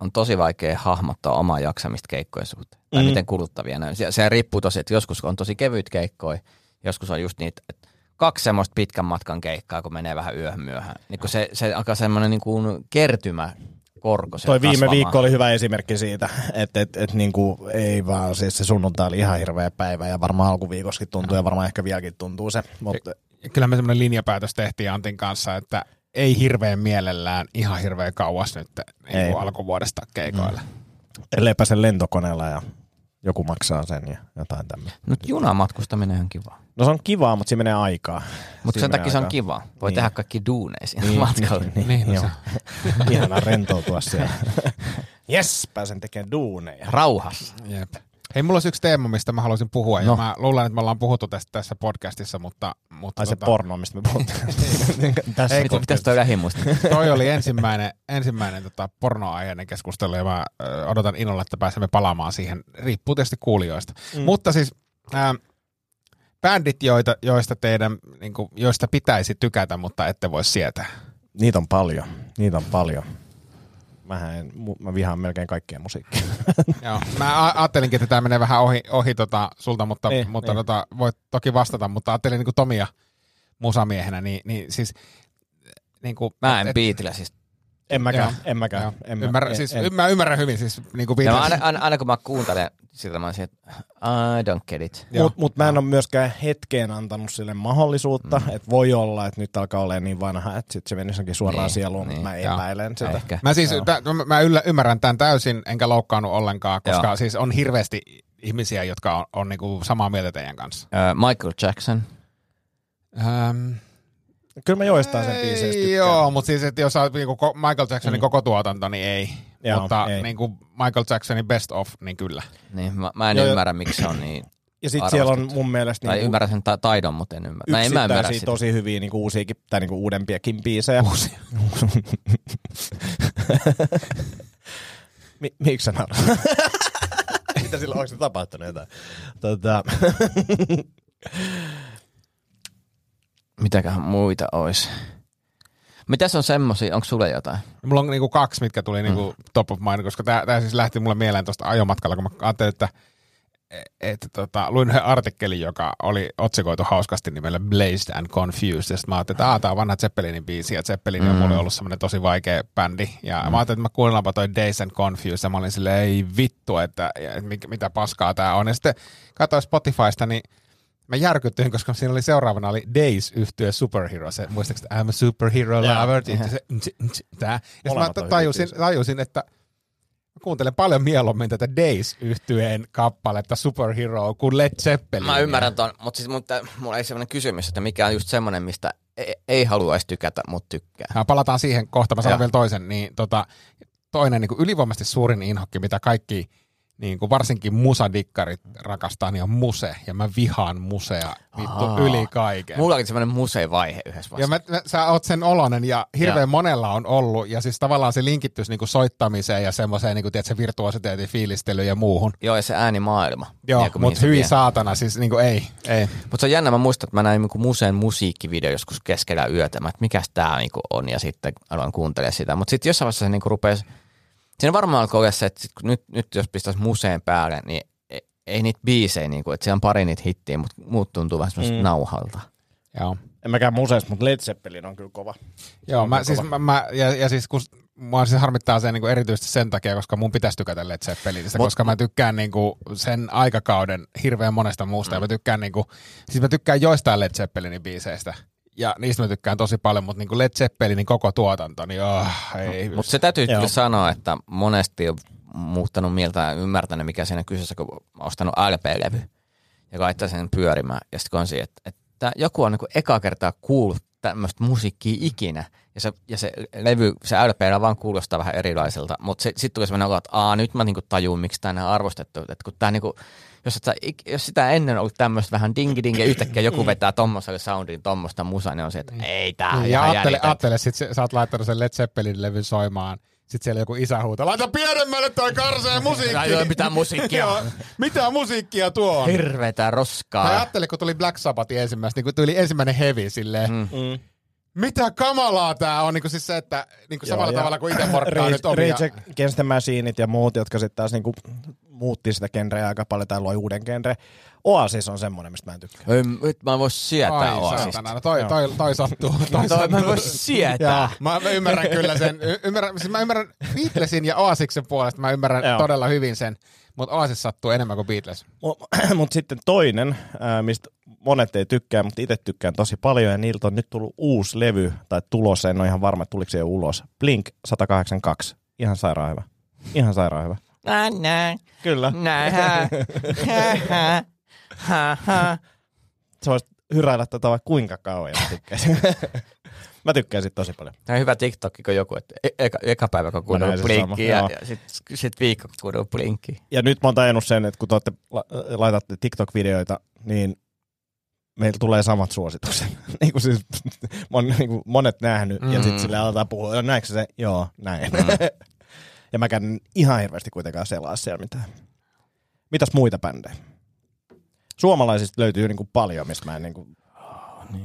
[SPEAKER 5] on tosi vaikea hahmottaa omaa jaksamista keikkojen suhteen. Tai
[SPEAKER 6] Mm.
[SPEAKER 5] miten kuluttavia ne on. Se, se riippuu tosi, että joskus on tosi kevyt keikkoja, joskus on just niitä, että kaksi semmoista pitkän matkan keikkaa, kun menee vähän yöhön myöhään. Niin kun se, se alkaa semmoinen niinku kertymä korko
[SPEAKER 6] Toi viime viikko oli hyvä esimerkki siitä, että et, et niinku, ei vaan, siis se sunnuntai oli ihan hirveä päivä ja varmaan alkuviikossakin tuntuu ja varmaan ehkä vieläkin tuntuu se. Mutta
[SPEAKER 7] kyllä me semmoinen linjapäätös tehtiin Antin kanssa, että ei hirveän mielellään ihan hirveän kauas nyt
[SPEAKER 6] Ei.
[SPEAKER 7] niin alkuvuodesta keikoille. Mm.
[SPEAKER 6] Lepä sen lentokoneella ja joku maksaa sen ja jotain tämmöistä.
[SPEAKER 5] Nyt junamatkustaminen on kiva.
[SPEAKER 6] No se on kivaa, mutta siinä menee aikaa.
[SPEAKER 5] Mutta sen
[SPEAKER 6] menee
[SPEAKER 5] takia se on
[SPEAKER 6] aikaa.
[SPEAKER 5] kiva. Voi
[SPEAKER 6] Niin.
[SPEAKER 5] tehdä kaikki duuneja siinä niin, matkalla.
[SPEAKER 6] Niin,
[SPEAKER 7] no
[SPEAKER 6] niin, niin, joo. Ihana rentoutua siellä. Jes, pääsen tekemään duuneja.
[SPEAKER 5] Rauhassa.
[SPEAKER 7] Jep. Hei, mulla olisi yksi teema, mistä mä haluaisin puhua. No. Ja
[SPEAKER 6] No.
[SPEAKER 7] mä luulen, että me ollaan puhuttu tästä tässä podcastissa, mutta... mutta tota-
[SPEAKER 6] Tai se
[SPEAKER 5] Tota-
[SPEAKER 6] porno, mistä me puhuttiin. Tässä
[SPEAKER 5] Miten, mitäs toi lähimuista?
[SPEAKER 7] toi oli ensimmäinen, ensimmäinen tota, pornoaiheinen keskustelu, ja mä ö, odotan innolla, että pääsemme palaamaan siihen. Riippuu tietysti kuulijoista. Mm. Mutta siis ää, bändit, joita, joista teidän, niin kuin, joista pitäisi tykätä, mutta ette voi sietää.
[SPEAKER 6] Niitä on paljon. Niitä on paljon. Mähän en, mu- mä vihaan melkein kaikkea musiikkia.
[SPEAKER 7] Joo. Mä a- ajattelinkin, että tämä menee vähän ohi, ohi tota, sulta, mutta,
[SPEAKER 6] Niin,
[SPEAKER 7] mutta
[SPEAKER 6] niin.
[SPEAKER 7] Tota, voit toki vastata, mutta ajattelin niin kuin Tomia musamiehenä, niin, niin siis... Niin kuin,
[SPEAKER 5] Mä en
[SPEAKER 7] et-
[SPEAKER 5] biitillä siis.
[SPEAKER 6] En
[SPEAKER 7] joo,
[SPEAKER 6] mäkään, en mäkään.
[SPEAKER 7] joo.
[SPEAKER 6] En mä,
[SPEAKER 7] Ymmärrän,
[SPEAKER 6] en,
[SPEAKER 7] siis,
[SPEAKER 6] en,
[SPEAKER 7] en, mä ymmärrän hyvin, siis niin kuin
[SPEAKER 5] Ja mä
[SPEAKER 7] Beatles-
[SPEAKER 5] aina, aina, aina kun mä kuuntelen sitä, mä oon siinä, että I don't get it.
[SPEAKER 7] Joo.
[SPEAKER 6] Mutta mut mä en ole myöskään hetkeen antanut sille mahdollisuutta, mm. että voi olla, että nyt alkaa olla niin vanha, että sit se meni jonnekin suoraan
[SPEAKER 5] Niin,
[SPEAKER 6] niin, sieluun,
[SPEAKER 5] niin,
[SPEAKER 6] niin, mä
[SPEAKER 7] joo.
[SPEAKER 6] epäilen sitä.
[SPEAKER 5] Ehkä.
[SPEAKER 7] Mä siis tä, mä- mä yllä, ymmärrän tämän täysin, enkä loukkaannut ollenkaan, koska
[SPEAKER 5] Joo.
[SPEAKER 7] siis on hirveästi ihmisiä, jotka on, on niinku samaa mieltä teidän kanssa.
[SPEAKER 5] Ö, Michael Jackson.
[SPEAKER 7] Ähm,
[SPEAKER 6] Kyllä mä joistain sen biiseistä tykkään.
[SPEAKER 7] joo, mutta siis että jos olet niinku ko- Michael Jacksonin mm. koko tuotanto, niin ei. Joo,
[SPEAKER 6] Joo,
[SPEAKER 7] mutta
[SPEAKER 6] ei.
[SPEAKER 7] Niinku Michael Jacksonin best of, niin kyllä.
[SPEAKER 5] Niin, mä, mä en
[SPEAKER 6] Joo,
[SPEAKER 5] joo,
[SPEAKER 6] joo.
[SPEAKER 5] ymmärrä, miksi se on niin.
[SPEAKER 6] Ja sit siellä on
[SPEAKER 5] Arvostettu.
[SPEAKER 6] mun mielestä
[SPEAKER 5] Tai
[SPEAKER 6] niinku
[SPEAKER 5] ymmärrän sen ta- taidon, mutta en ymmärrä. Tai en mä ymmärrä
[SPEAKER 6] yksittäisiä
[SPEAKER 5] sitä.
[SPEAKER 6] tosi hyviä niinku uusiakin, tai niinku uudempiakin biisejä. Uusia. Mi- miksi sä naurat? Mitä silloin, onko se tapahtunut jotain? Tota,
[SPEAKER 5] Mitäköhän muita ois? Mitäs on semmosia? Onko sulle jotain?
[SPEAKER 7] Mulla on niinku kaksi, mitkä tuli niinku top of mind, koska tämä siis lähti mulle mieleen tuosta ajomatkalla, kun mä ajattelin, että että tota, luin yhden artikkelin, joka oli otsikoitu hauskasti nimellä Blazed and Confused. Ja sit mä ajattelin, että aah, tää on vanha Zeppelinin biisi, ja Zeppelin mm. on mulle ollut semmoinen tosi vaikea bändi. Ja mm. mä ajattelin, että mä kuunnellaanpa toi Days and Confused, ja mä olin silleen, ei vittu, että, että mit- mitä paskaa tää on. Ja sitten katsoin Spotifysta, niin mä järkyttyin, koska siinä oli seuraavana oli Days yhtyö Superhero. Se, muistaaks, että I'm a superhero lover. Yeah. Se, se, se, tää. Ja sit mä
[SPEAKER 6] Molemmat on hyviä
[SPEAKER 7] tajusin,
[SPEAKER 6] biisejä.
[SPEAKER 7] tajusin, että Mä kuuntelen paljon mieluummin tätä days yhtyeen kappaletta Superhero kuin Led Zeppelin.
[SPEAKER 5] Mä ymmärrän ton, mutta siis mun, tää- mulla ei semmoinen kysymys, että mikä on just semmoinen, mistä ei, ei haluaisi tykätä, mutta tykkää.
[SPEAKER 7] Ja Äh, palataan siihen kohta, mä sanon
[SPEAKER 5] Joo.
[SPEAKER 7] vielä toisen. Niin, tota, toinen niin kuin ylivoimaisesti suurin inhokki, mitä kaikki niin kuin varsinkin musadikkarit rakastaa, niin on muse. Ja mä vihaan musea vittu
[SPEAKER 5] Ahaa.
[SPEAKER 7] yli kaiken.
[SPEAKER 5] Mulla oli semmoinen museivaihe yhdessä
[SPEAKER 7] Ja
[SPEAKER 5] vaiheessa.
[SPEAKER 7] mä, mä, sä oot sen olonen ja hirveän
[SPEAKER 5] Joo.
[SPEAKER 7] monella on ollut. Ja siis tavallaan se linkittyisi niinku soittamiseen ja semmoiseen niinku, tiedätkö, virtuositeetin fiilistelyyn ja muuhun.
[SPEAKER 5] Joo, ja se äänimaailma.
[SPEAKER 7] Joo,
[SPEAKER 5] Ja kun mihin
[SPEAKER 7] mutta
[SPEAKER 5] se
[SPEAKER 7] hyi
[SPEAKER 5] vie.
[SPEAKER 7] saatana, siis niinku ei, ei.
[SPEAKER 5] Mutta se on jännä, mä muistan, että mä näin niinku museen musiikkivideo joskus keskellä yötä, mä, että mikäs tää niinku on, ja sitten aloin kuuntelemaan sitä. Mutta sitten jossain vaiheessa se niinku rupesi, siinä varmaan alkoi olla se, että sit, kun nyt, nyt jos pistäisi museen päälle, niin ei, ei niitä biisejä, niinku, että siellä on pari niitä hittiä, mutta muut tuntuu vähän semmoista mm. nauhalta.
[SPEAKER 7] Joo.
[SPEAKER 6] en mäkään museessa, mutta Led Zeppelin on kyllä kova.
[SPEAKER 7] Joo, mä,
[SPEAKER 5] niin
[SPEAKER 6] kyllä
[SPEAKER 7] siis,
[SPEAKER 6] kova.
[SPEAKER 7] mä, mä, ja, ja siis kun Mua siis harmittaa se niin erityisesti sen takia, koska mun pitäisi tykätä Led Zeppelinistä,
[SPEAKER 5] Mut-
[SPEAKER 7] koska mä tykkään niin kuin sen aikakauden hirveän monesta muusta. Mm. Ja mä tykkään, niin kuin, siis mä tykkään joistain Led Zeppelinin biiseistä. Ja niistä mä tykkään tosi paljon, mutta niin kuin Led Zeppelinin koko tuotanto, niin oh, ei.
[SPEAKER 5] Mutta No, se täytyy
[SPEAKER 6] Joo.
[SPEAKER 5] kyllä sanoa, että monesti on muuttanut mieltä ja ymmärtänyt, mikä siinä kyseessä, kun on ostanut LP-levy ja laittaa sen pyörimään. Ja sitten kun on siinä, että, että joku on niinku eka kertaa kuullut tämmöistä musiikkia ikinä. Ja se, ja se levy, se LP vaan kuulostaa vähän erilaiselta. Mutta sitten tulee sellainen olo, että Aa, nyt mä niinku tajun, miksi tämä on näin arvostettu. Että kun tää niinku, jos, et sä, ik- jos sitä ennen on ollut tämmöistä vähän dingi dingi yhtäkkiä joku vetää tommoselle soundiin tommosta musaa, niin on se, että ei tää on
[SPEAKER 7] ja
[SPEAKER 5] ihan
[SPEAKER 7] ajattele,
[SPEAKER 5] järjetöntä.
[SPEAKER 7] ajattele sit se, sä oot laittanut sen Led Zeppelin levyn soimaan. Sitten siellä joku isä huutaa, laita pienemmälle toi karsee musiikki.
[SPEAKER 5] Joo, mitä musiikkia.
[SPEAKER 7] Joo, mitä musiikkia tuo on?
[SPEAKER 5] Hirveetä roskaa.
[SPEAKER 7] Mä ajattelin, kun tuli Black Sabbathin ensimmäistä, niin kun tuli ensimmäinen hevi silleen, mm.
[SPEAKER 6] Mm.
[SPEAKER 7] mitä kamalaa tää on, niin kuin siis se, että niin kuin
[SPEAKER 6] Joo,
[SPEAKER 7] samalla
[SPEAKER 6] ja
[SPEAKER 7] tavalla kuin itse morkkaa
[SPEAKER 6] Rage-
[SPEAKER 7] nyt omia.
[SPEAKER 6] Rage Against the Machineit ja muut, jotka sitten taas niinku muutti sitä genreä aika paljon tai loi uuden genre. Oasis on semmoinen, mistä mä en tykkää.
[SPEAKER 5] Ei, nyt mä en voi sietää
[SPEAKER 7] Ai
[SPEAKER 5] Oasista.
[SPEAKER 7] saatana, no toi, toi, toi sattuu. Toi
[SPEAKER 5] Toi mä en voi
[SPEAKER 7] sattuu.
[SPEAKER 5] sietää.
[SPEAKER 7] Mä, mä ymmärrän kyllä sen, y- ymmärrän, siis mä ymmärrän Beatlesin ja Oasiksen puolesta, mä ymmärrän
[SPEAKER 6] Joo.
[SPEAKER 7] todella hyvin sen. Mutta Oasis sattuu enemmän kuin Beatles.
[SPEAKER 6] Mutta sitten toinen, ää, mistä monet ei tykkää, mutta itse tykkään tosi paljon, ja niiltä on nyt tullut uusi levy, tai tulos, en ole ihan varma, että tuliko se jo ulos. Blink 182, ihan sairaan hyvä. Ihan sairaan hyvä.
[SPEAKER 5] Näin, näin,
[SPEAKER 6] Kyllä.
[SPEAKER 5] näin, hä, hä, hä, hä, hä.
[SPEAKER 6] Sä voisit hyräillä tätä vaikka kuinka kauan, ja mä tykkäisin. mä tykkäisin tosi paljon.
[SPEAKER 5] Tämä on hyvä TikTok, kun joku, että e- eka, eka päivä kun kuunnellut
[SPEAKER 6] näin sen saman,
[SPEAKER 5] blinkkiä ja,
[SPEAKER 6] joo.
[SPEAKER 5] ja sitten sit viikko kun kuunnellut blinkkiä.
[SPEAKER 6] Ja nyt mä oon tajunnut sen, että kun te olette, la- laitatte TikTok-videoita, niin meillä tulee samat suositukset. niin kuin siis, mä oon niin kuin monet nähnyt, mm. ja
[SPEAKER 5] Mm.
[SPEAKER 6] sitten sille aletaan puhua, "Joo, näinkö se, joo, näin. Mm. ja mä käyn ihan hirveästi kuitenkaan selaa siellä mitään. Mitäs muita bändejä? Suomalaisista löytyy niin kuin paljon, mistä mä en niin kuin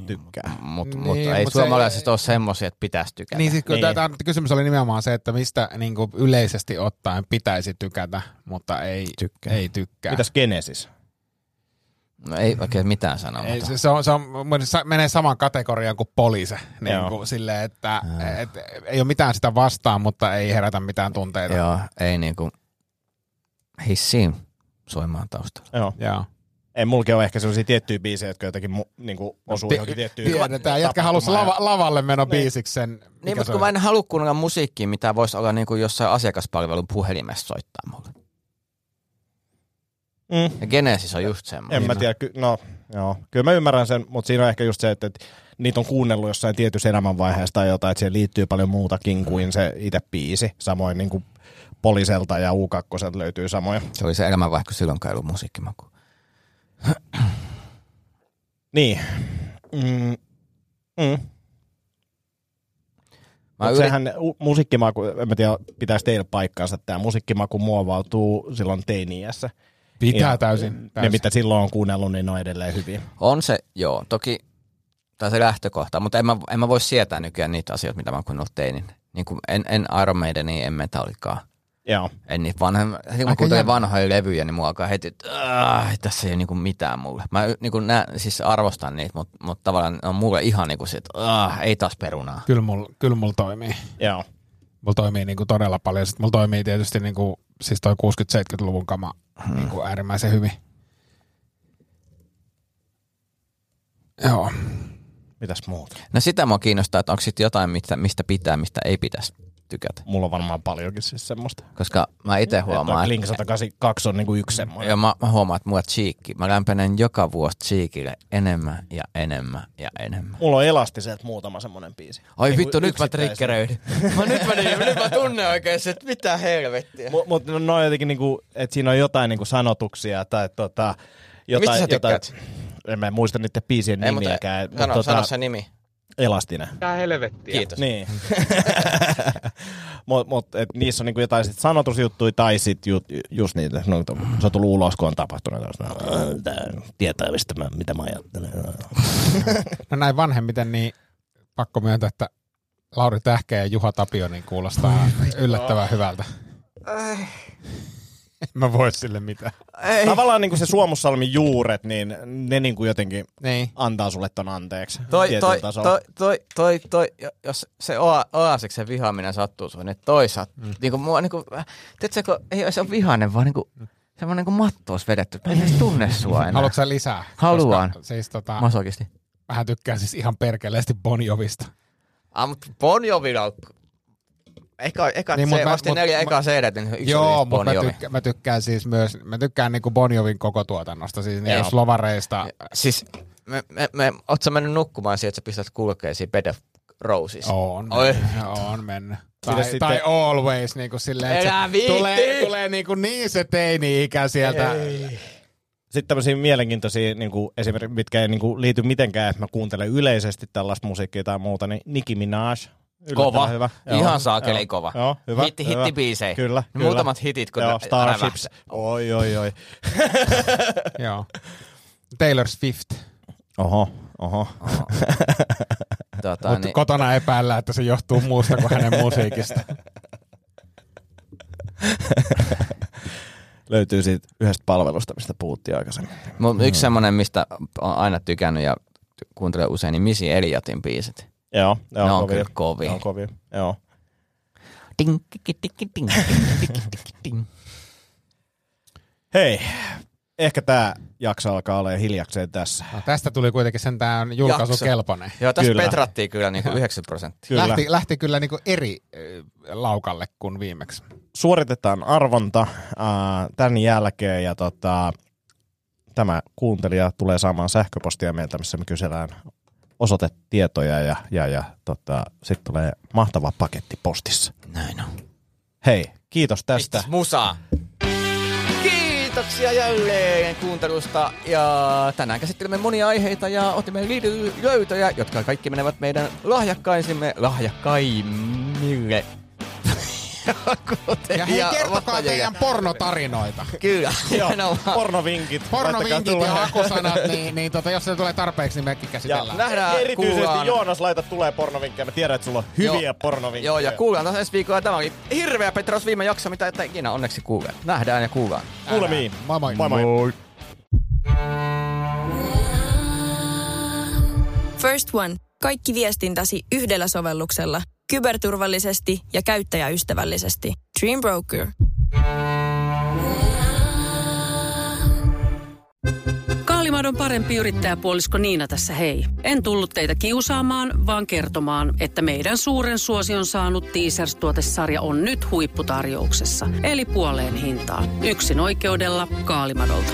[SPEAKER 6] tykkää.
[SPEAKER 5] Mutta
[SPEAKER 7] Niin,
[SPEAKER 5] mut, ei
[SPEAKER 7] mut se-
[SPEAKER 5] suomalaiset ole semmoisia, että pitäisi tykätä.
[SPEAKER 7] Niin
[SPEAKER 5] Niin,
[SPEAKER 7] siis kun
[SPEAKER 6] Niin.
[SPEAKER 7] niin. tämä kysymys oli nimenomaan se, että mistä niin kuin yleisesti ottaen pitäisi tykätä, mutta ei tykkää. Ei tykkää.
[SPEAKER 6] Mitäs Genesis?
[SPEAKER 5] no, ei oikein mitään sanomatta.
[SPEAKER 7] Ei, se, se, on, se on, sa- menee samaan kategoriaan kuin poliise. Niin
[SPEAKER 6] Joo.
[SPEAKER 7] kuin silleen, että et, ei ole mitään sitä vastaan, mutta ei herätä mitään tunteita.
[SPEAKER 5] Joo, ei niinku hissiin soimaan taustalla.
[SPEAKER 6] Joo.
[SPEAKER 7] Joo.
[SPEAKER 6] Ei, mulki ole ehkä sellaisia tiettyjä biisejä, jotka jotenkin mu, niin kuin osuu
[SPEAKER 7] Ti-
[SPEAKER 6] johonkin tiettyyn
[SPEAKER 7] Tiedetään, jätkä halusi
[SPEAKER 6] tapahtumaan.
[SPEAKER 7] lava, lavalle meno biisiksi sen.
[SPEAKER 5] Niin,
[SPEAKER 7] mikä se
[SPEAKER 5] mutta kun
[SPEAKER 7] oli?
[SPEAKER 5] mä en halua kuunnella musiikkia, mitä voisi olla niinku jossain asiakaspalvelun puhelimessa soittaa mulle.
[SPEAKER 6] Mm.
[SPEAKER 5] Ja Genesis on just semmoinen.
[SPEAKER 6] En
[SPEAKER 7] Niin.
[SPEAKER 6] mä tiedä, ky- no joo, kyllä mä ymmärrän sen, mutta siinä on ehkä just se, että, että niitä on kuunnellut jossain tietyssä elämänvaiheessa tai jotain, että siihen liittyy paljon muutakin kuin se itse biisi. Samoin niin kuin poliselta ja u 2 löytyy samoja.
[SPEAKER 5] Se oli se elämä vaikka silloin ei ollut musiikkimaku.
[SPEAKER 6] Niin. Mm. Mm.
[SPEAKER 5] Mä
[SPEAKER 6] Mut
[SPEAKER 5] yrit-
[SPEAKER 6] sehän u- musiikkimaku, en mä tiedä, pitäisi teillä paikkaansa, että tämä musiikkimaku muovautuu silloin teiniässä.
[SPEAKER 7] Pitää
[SPEAKER 6] Ja
[SPEAKER 7] täysin.
[SPEAKER 6] Ne,
[SPEAKER 7] täysin.
[SPEAKER 6] Niin, mitä silloin on kuunnellut, niin ne on edelleen hyviä.
[SPEAKER 5] On se, joo, toki, tai se lähtökohta, mutta en mä, en mä voi sietää nykyään niitä asioita, mitä mä oon kuunnellut teinin. Niin kuin en, en Iron Maidenia, en Metallicaa.
[SPEAKER 6] Joo.
[SPEAKER 5] En niitä vanhoja, heti kun mä
[SPEAKER 7] Aika
[SPEAKER 5] kuuntelen
[SPEAKER 7] jännä.
[SPEAKER 5] vanhoja levyjä, niin mua alkaa heti, että "Aah, tässä ei ole niinku mitään mulle. Mä niinku nä, siis arvostan niitä, mutta mut tavallaan ne on mulle ihan niinku se, että "Aah, ei taas perunaa.
[SPEAKER 7] Kyllä mulla kyllä mul toimii.
[SPEAKER 6] Joo.
[SPEAKER 7] Mulla toimii niinku todella paljon. Sitten mulla toimii tietysti niinku, siis toi 60-70-luvun kama niinku äärimmäisen hyvin. Joo.
[SPEAKER 6] Mitäs muuta?
[SPEAKER 5] No sitä mua kiinnostaa, että onko sitten jotain, mistä, mistä pitää, mistä ei pitäisi tykätä.
[SPEAKER 6] Mulla on varmaan paljonkin siis semmoista.
[SPEAKER 5] Koska mä itse
[SPEAKER 6] Toi
[SPEAKER 5] huomaan,
[SPEAKER 6] Blink 182 on niinku yksi semmoinen.
[SPEAKER 5] Mm. Ja mä, mä huomaan, että mua Cheekki, mä lämpenen joka vuosi Cheekille enemmän ja enemmän ja enemmän.
[SPEAKER 6] Mulla on elastiselta muutama semmoinen biisi.
[SPEAKER 5] Ai
[SPEAKER 6] Niinku
[SPEAKER 5] vittu, nyt mä
[SPEAKER 6] yksittäisenä.
[SPEAKER 5] triggeröidyn. mä nyt mä, nyt mä tunnen oikein, että mitä helvettiä.
[SPEAKER 6] Mut, mut no, on jotenkin niinku, että siinä on jotain niinku sanotuksia tai tota, jotain,
[SPEAKER 5] Mistä sä
[SPEAKER 6] jotain,
[SPEAKER 5] tykkäät?
[SPEAKER 6] en mä muista niiden biisien
[SPEAKER 5] Ei, mutta
[SPEAKER 6] nimiäkään. mut tota-
[SPEAKER 5] sano, sano se nimi.
[SPEAKER 6] Elastinen.
[SPEAKER 5] Kiitos.
[SPEAKER 6] Niin. mut, mut, et niissä on niinku jotain sit sanotusjuttuja tai sit ju, just niitä, no, to- se on tullut ulos, kun on tapahtunut. Ja se on, "Äh, tää Tietää, mistä mä, mitä mä ajattelen.
[SPEAKER 7] No näin vanhemmiten, niin pakko myöntää, että Lauri Tähkä ja Juha Tapio niin kuulostaa yllättävän hyvältä. En mä voi sille mitään.
[SPEAKER 6] Tavallaan niinku se Suomussalmin juuret, niin ne niinku jotenkin
[SPEAKER 7] Niin.
[SPEAKER 6] antaa sulle ton anteeksi.
[SPEAKER 5] Toi,
[SPEAKER 6] tietyllä
[SPEAKER 5] toi,
[SPEAKER 6] tasolla.
[SPEAKER 5] toi, toi, toi, toi, jo- jos se oa- oasiksen vihaaminen sattuu sun, niin toi sattuu. Mm. Niin kuin mua, niin kuin, tiedätkö, kun ei ole se on vihainen, vaan niin kuin, semmoinen kuin mattoos vedetty. Mä en edes tunne sua enää.
[SPEAKER 7] Mm. Haluatko sä lisää?
[SPEAKER 5] Haluan.
[SPEAKER 7] Koska, siis tota,
[SPEAKER 5] Masokisti.
[SPEAKER 7] mähän tykkään siis ihan perkeleesti Bonjovista.
[SPEAKER 5] Ah, mutta Bon Jovilla on... Eka, eka, niin,
[SPEAKER 7] Niin, mut
[SPEAKER 5] se,
[SPEAKER 7] mä-
[SPEAKER 5] mä, ostin
[SPEAKER 7] mut
[SPEAKER 5] neljä
[SPEAKER 7] mä-
[SPEAKER 5] ekaa CD, niin yksi
[SPEAKER 7] Joo,
[SPEAKER 5] oli
[SPEAKER 7] mutta
[SPEAKER 5] Bon
[SPEAKER 7] mä,
[SPEAKER 5] Jovi.
[SPEAKER 7] tykkään, mä tykkään siis myös, mä tykkään niinku Bonjovin koko tuotannosta, siis
[SPEAKER 5] Joo.
[SPEAKER 7] niinku slovareista.
[SPEAKER 5] Siis, me, me, me, oot sä mennyt nukkumaan siihen, että sä pistät kulkeen siinä Bed of Roses?
[SPEAKER 7] On,
[SPEAKER 5] Oi.
[SPEAKER 7] mennyt, on mennyt. Tai,
[SPEAKER 6] sitten-
[SPEAKER 7] tai always, niinku silleen,
[SPEAKER 5] Elä
[SPEAKER 7] että se
[SPEAKER 5] viitti!
[SPEAKER 7] tulee, tulee niinku niin se teini-ikä sieltä.
[SPEAKER 6] sitten tämmöisiä mielenkiintoisia, niin kuin esimerkiksi, mitkä ei niin kuin liity mitenkään, että mä kuuntelen yleisesti tällaista musiikkia tai muuta, niin Nicki Minaj. Yllättävän
[SPEAKER 5] Kova.
[SPEAKER 6] Hyvä.
[SPEAKER 5] Ihan saakeli kova.
[SPEAKER 6] Joo, hyvä.
[SPEAKER 5] Hitti-
[SPEAKER 6] hyvä.
[SPEAKER 5] hittibiisejä.
[SPEAKER 6] Kyllä,
[SPEAKER 5] No
[SPEAKER 6] kyllä.
[SPEAKER 5] muutamat hitit, kun
[SPEAKER 6] Joo,
[SPEAKER 5] ne-
[SPEAKER 6] Starships.
[SPEAKER 5] rävähtää.
[SPEAKER 6] Oi, oi, oi.
[SPEAKER 7] Joo. Taylor Swift.
[SPEAKER 6] Oho, oho.
[SPEAKER 5] Tota,
[SPEAKER 7] Mutta
[SPEAKER 5] niin,
[SPEAKER 7] kotona epäillään, että se johtuu muusta kuin hänen musiikista.
[SPEAKER 6] Löytyy siitä yhdestä palvelusta, mistä puhuttiin aikaisemmin.
[SPEAKER 5] mut
[SPEAKER 7] Hmm.
[SPEAKER 5] yksi semmonen, mistä on aina tykännyt ja ty- kuuntelen usein, niin Missy Eliotin biisit.
[SPEAKER 6] Joo, joo,
[SPEAKER 5] Ne on
[SPEAKER 6] kovia.
[SPEAKER 5] kyllä kovia.
[SPEAKER 6] Ne on kovia, joo.
[SPEAKER 5] Ding, tikki, tikki, ding, tikki, tikki, tikki, ding.
[SPEAKER 6] Hei, ehkä tämä jakso alkaa olla hiljakseen tässä.
[SPEAKER 7] No, tästä tuli kuitenkin sentään julkaisukelpoinen.
[SPEAKER 5] Joo, tässä
[SPEAKER 6] Kyllä.
[SPEAKER 5] kyllä. petrattiin kyllä niin kuin 90 prosenttia.
[SPEAKER 6] Kyllä.
[SPEAKER 7] Lähti, lähti kyllä niinku eri ö, laukalle kuin viimeksi.
[SPEAKER 6] Suoritetaan arvonta ää, tämän jälkeen ja tota, tämä kuuntelija tulee saamaan sähköpostia meiltä, missä me kysellään osoitetietoja ja, ja, ja tota, sitten tulee mahtava paketti postissa.
[SPEAKER 5] Näin on.
[SPEAKER 6] Hei, kiitos tästä.
[SPEAKER 5] Tästä. Musa. Kiitoksia jälleen kuuntelusta ja tänään käsittelemme monia aiheita ja otimme liity- löytöjä, jotka kaikki menevät meidän lahjakkaisimme lahjakkaimmille. Kuten
[SPEAKER 7] Ja hei, kertokaa
[SPEAKER 5] vastaajille.
[SPEAKER 7] teidän pornotarinoita.
[SPEAKER 5] Kyllä,
[SPEAKER 6] Joo,
[SPEAKER 5] nimenomaan.
[SPEAKER 6] pornovinkit. laittakaa
[SPEAKER 7] Pornovinkit
[SPEAKER 6] tulemaan.
[SPEAKER 7] ja akusanat, niin, niin tota, jos se tulee tarpeeksi, niin mekin
[SPEAKER 6] Ja
[SPEAKER 7] käsitellään.
[SPEAKER 5] Nähdään,
[SPEAKER 6] erityisesti
[SPEAKER 5] kuullaan.
[SPEAKER 6] Joonas laita tulee pornovinkkejä. Mä tiedän, että sulla on hyviä
[SPEAKER 5] Joo.
[SPEAKER 6] pornovinkkejä.
[SPEAKER 5] Joo, ja kuullaan taas ensi viikolla. Tämä oli hirveä Petros viime jakso, mitä että ikinä onneksi kuulee. Nähdään ja kuullaan.
[SPEAKER 6] Kuulemiin.
[SPEAKER 7] Moi moi.
[SPEAKER 6] Moi moi. moi.
[SPEAKER 8] First One. Kaikki viestintäsi yhdellä sovelluksella. Kyberturvallisesti ja käyttäjäystävällisesti. Dream Broker.
[SPEAKER 1] Kaalimadon parempi yrittäjäpuolisko Niina tässä hei. En tullut teitä kiusaamaan, vaan kertomaan, että meidän suuren suosion saanut Teasers-tuotesarja on nyt huipputarjouksessa. Eli puoleen hintaan. Yksin oikeudella Kaalimadolta.